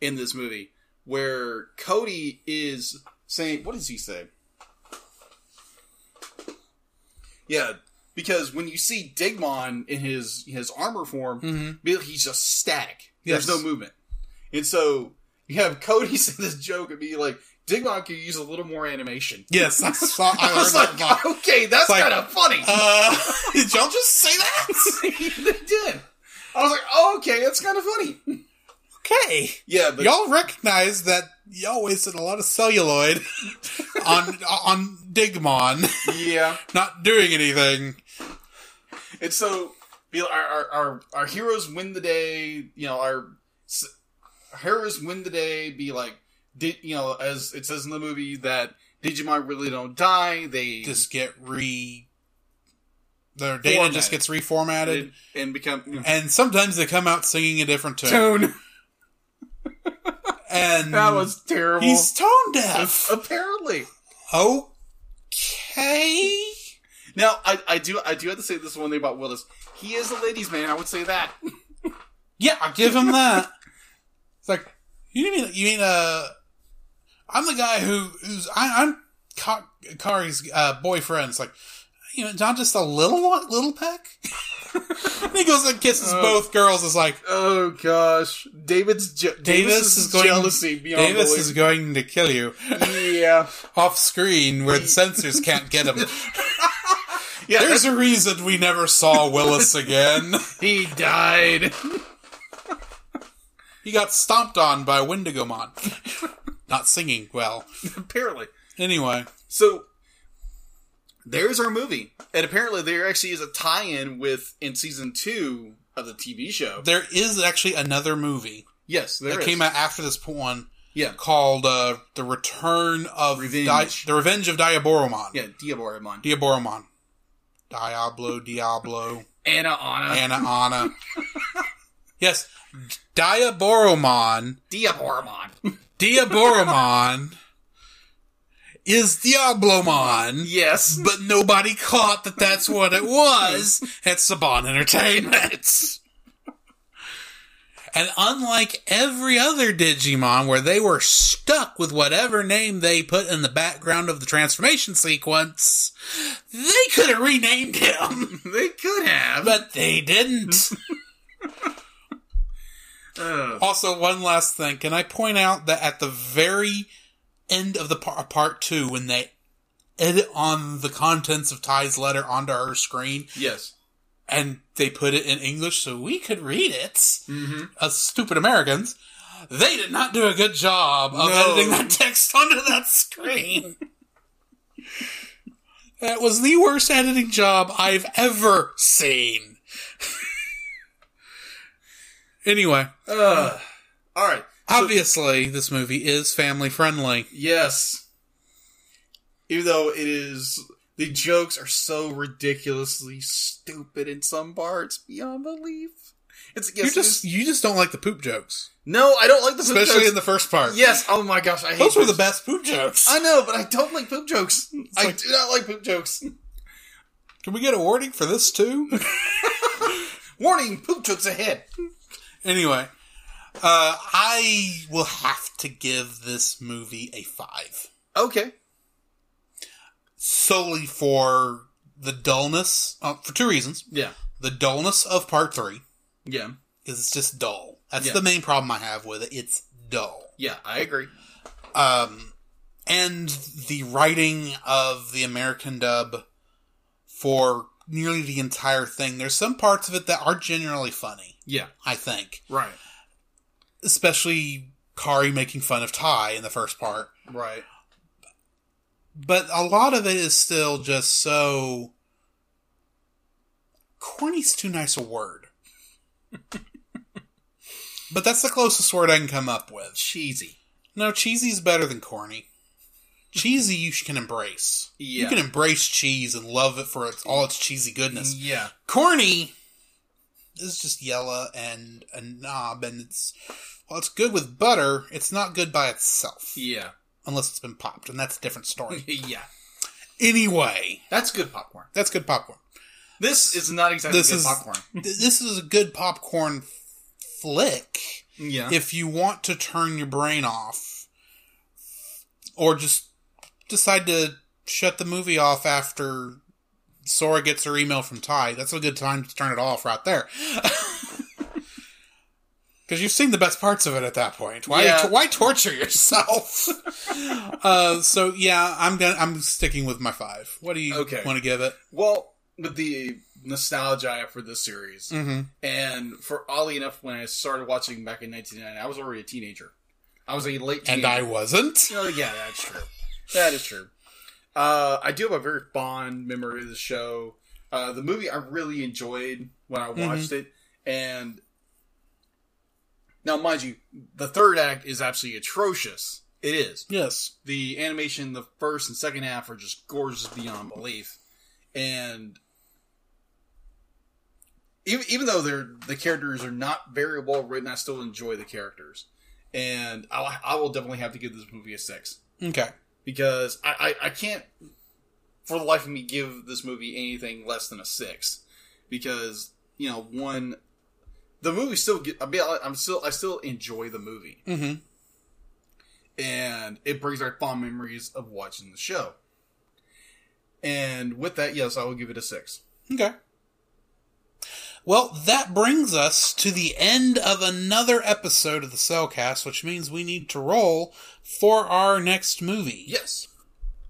in this movie where Cody is saying, "What does he say?" Yeah, because when you see Digmon in his his armor form,
Mhm.
Bill- he's just static.
Yes.
There's no movement, and so you have Cody say this joke and be like, "Digmon could use a little more animation."
Yes, I saw. I,
I was
heard
like,
that line.
"Okay, that's
It's like,
kind of funny."
Uh, did y'all just say that?
they did. I was like, oh, okay, that's kind of funny.
Okay.
Yeah, but
y'all recognize that y'all wasted a lot of celluloid on on Digmon
yeah.
not doing anything.
And so be- our, our our our heroes win the day. You know, our s- heroes win the day. Be like, did you know? As it says in the movie, that Digimon really don't die. They
Just get re. Their data just
Formatted.
gets reformatted,
and, and become
and sometimes they come out singing a different tune.
tone.
And
That was terrible.
he's tone deaf.
Apparently.
Okay.
Now I, I do I do have to say this one thing about Willis. He is a ladies' man. I would say that.
Yeah, I'll give him that. It's like you mean you mean uh, I'm the guy who who's I, I'm Ka- Kari's uh, boyfriend. It's like you know, not just a little one- little peck. and he goes and kisses
Oh.
both girls. It's like
Oh gosh, David's je- Davis
is going-
jealousy beyond
Davis
belief.
is going to kill you
yeah,
off screen where the censors can't get him.
yeah.
There's a reason we never saw Willis again.
he died.
He got stomped on by Wendigomon. Not singing well.
apparently,
Anyway.
so there's our movie, and apparently there actually is a tie-in with in season two of the TV show.
There is actually another movie
yes, there
that
is.
came out after this one
Yeah,
called uh, The Return of
Revenge.
Di- The Revenge of Diaboromon.
yeah. Diaboramon,
Diaboromon. Diablo, Diablo,
Anna Anna,
Anna, Anna. yes, Diaboromon,
Diaboramon.
Diaboromon is Diablomon,
yes,
but nobody caught that that's what it was at Saban Entertainment. And unlike every other Digimon, where they were stuck with whatever name they put in the background of the transformation sequence, they could have renamed him,
they could have.
but they didn't.
Ugh.
Also, one last thing. Can I point out that at the very end of the par- part two, when they edit on the contents of Ty's letter onto her screen,
yes.
and they put it in English so we could read it,
Mm-hmm.
us stupid Americans, they did not do a good job of
No.
editing that text onto that screen. that was the worst editing job I've ever seen. anyway.
Ugh. all right. So-
Obviously, this movie is family friendly.
Yes. Even though it is the jokes are so ridiculously stupid in some parts beyond belief. It's yes,
you just
it is-
you just don't like the poop jokes,
no, I don't like the poop
especially
jokes.
in the first part.
yes. Oh my gosh, I hate
those were the
poop-
best poop jokes.
I know, but I don't like poop jokes. I
like-
do not like poop jokes.
Can we get a warning for this too?
Warning: poop jokes ahead.
anyway, uh, I will have to give this movie a five.
Okay.
solely for the dullness, uh, for two reasons.
Yeah.
The dullness of part three
Yeah.
is it's just dull. That's
Yeah.
the main problem I have with it. It's dull.
Yeah, I agree.
Um, and the writing of the American dub for nearly the entire thing. There's some parts of it that are generally funny,
Yeah.
I think.
Right.
Especially Kari making fun of Ty in the first part.
Right.
But a lot of it is still just so. Corny's too nice a word. but that's the closest word I can come up with.
Cheesy.
No, cheesy's better than corny. Cheesy you sh- can embrace.
Yeah.
You can embrace cheese and love it for its, all its cheesy goodness.
yeah.
Corny is just yellow and a knob, and it's well, it's good with butter. It's not good by itself
Yeah.
unless it's been popped, and that's a different story.
yeah.
anyway,
That's good popcorn.
that's good popcorn.
This is not exactly
This
good
is-
popcorn.
Th- this is a good popcorn f- flick.
Yeah.
if you want to turn your brain off or just decide to shut the movie off after Sora gets her email from Ty, that's a good time to turn it off right there. Because you've seen the best parts of it at that point. Why,
Yeah.
why torture yourself? uh, so yeah, I'm gonna I'm sticking with my five. What do you
Okay.
want to give it?
Well, with the nostalgia I have for this series,
Mm-hmm.
and for oddly enough, when I started watching back in 1999, I was already a teenager. I was a late
And
teenager.
I wasn't.
Oh, yeah, that's true. That is true. Uh, I do have a very fond memory of the show. Uh, the movie I really enjoyed when I
Mm-hmm.
watched it, and now, mind you, the third act is absolutely atrocious. It is
Yes.
the animation, the first and second half are just gorgeous beyond belief, and even even though they're the characters are not very well written, I still enjoy the characters, and I I will definitely have to give this movie a six
Okay.
because I, I, I can't for the life of me give this movie anything less than a six because you know one the movie still get I mean, I- I'm still I still enjoy the movie
Mm-hmm.
and it brings back fond memories of watching the show. And with that, yes, I will give it a six.
Okay. Well, that brings us to the end of another episode of the Cellcast, which means we need to roll for our next movie.
Yes,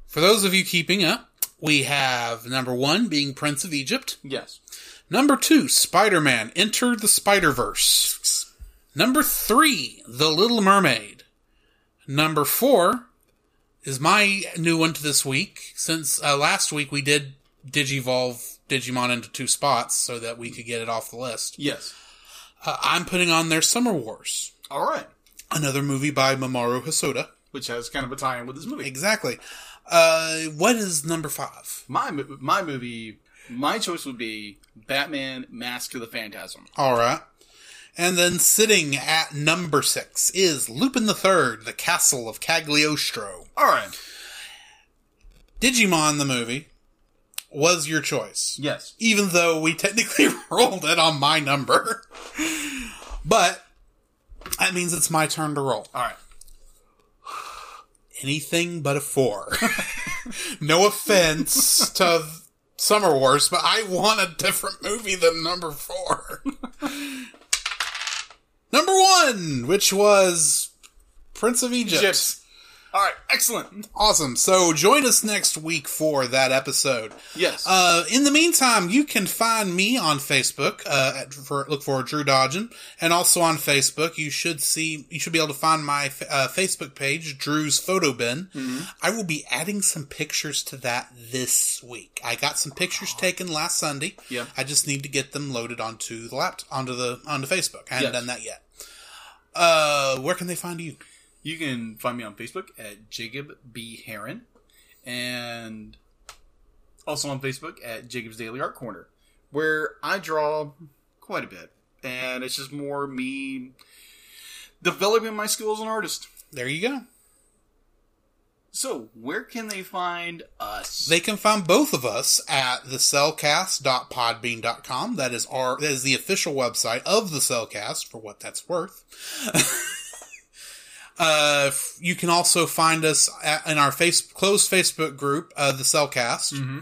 For those of you keeping up, we have number one being Prince of Egypt,
yes,
number two, Spider Man Enter the Spider Verse, number three, The Little Mermaid, number four is my new one to this week, since uh, last week we did digivolve Digimon into two spots so that we could get it off the list.
yes.
Uh, I'm putting on their Summer Wars,
All right,
another movie by Mamoru Hosoda.
which has kind of a tie-in with this movie.
Exactly. Uh, what is number five?
My mo- my movie, my choice would be Batman: Mask of the Phantasm.
All right. And then sitting at number six is Lupin the Third, The Castle of Cagliostro.
All right,
Digimon the movie was your choice,
yes,
even though we technically rolled it on my number. but that means it's my turn to roll.
all right.
Anything but a four. no offense to Summer Wars, but I want a different movie than number four. number one, which was Prince of Egypt.
Chips. All right, excellent.
Awesome. So join us next week for that episode.
Yes,
Uh, in the meantime, you can find me on Facebook. Uh, at, for, look for Drew Dodgen, and also on Facebook, you should see you should be able to find my fa- uh, Facebook page, Drew's Photo Bin.
Mm-hmm.
I will be adding some pictures to that this week. I got some pictures taken last Sunday.
Yeah.
I just need to get them loaded onto the laptop, onto the onto Facebook. I haven't
Yes.
done that yet. Uh, where can they find you?
you can find me on Facebook at Jacob B Heron, and also on Facebook at Jacob's Daily Art Corner, where I draw quite a bit, and it's just more me developing my skill as an artist.
There you go.
So, where can they find us?
They can find both of us at thecellcast.podbean.com. That is our that is the official website of the Cellcast for what that's worth. Uh, f- you can also find us at, in our face closed Facebook group, uh, the Cellcast.
Mm-hmm.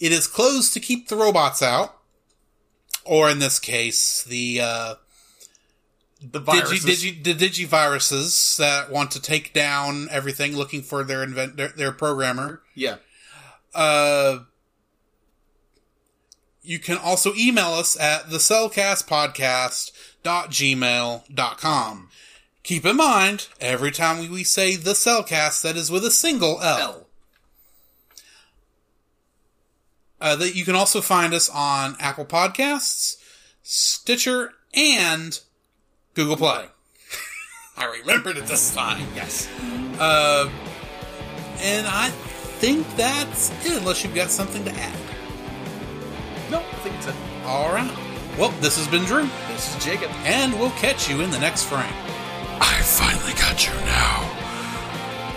It is closed to keep the robots out, or in this case, the uh,
The
digi,
viruses.
digi, the digiviruses that want to take down everything, looking for their invent their, their programmer.
Yeah.
Uh, you can also email us at the cellcastpodcast.gmail.com. Keep in mind, every time we- we say the cellcast, that is with a single L.
L.
Uh, that you can also find us on Apple Podcasts, Stitcher, and Google Play. I remembered it this time.
Yes.
Uh, and I think that's it, unless you've got something to add.
No, I think it's it.
All right. Well, this has been Drew,
This is Jacob.
and we'll catch you in the next frame.
I finally got you now.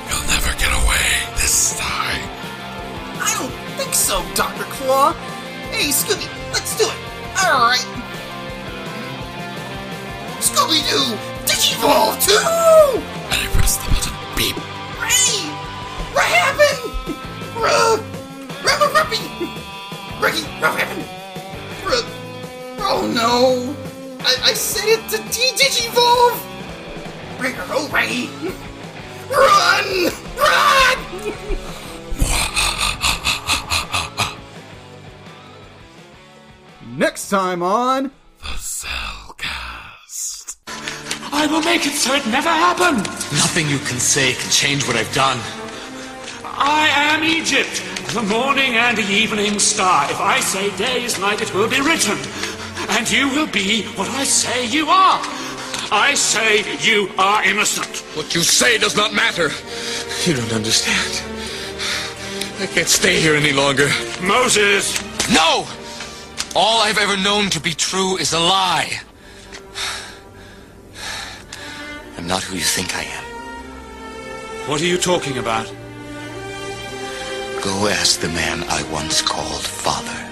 You'll never get away this time.
I don't think so, Dr. Claw. Hey, Scooby, let's do it. All right. Scooby Doo, Digivolve too!
And I press the button. Beep.
Hey! What happened? Ruh! Rubber Ruppy! Ricky, what happened? Ruh. Oh no! I, I said it to D Digivolve! Rigger away! oh, Run! Run!
Next time on.
Cellcast.
I will make it so it never happened. Nothing you can say can change what I've done. I am Egypt, the morning and the evening star. If I say day is night, it will be written. And you will be what I say you are. I say you are innocent.
What you say does not matter. You don't understand. I can't stay here any longer.
Moses,
No! All I've ever known to be true is a lie. I'm not who you think I am.
what are you talking about?
Go ask the man I once called father.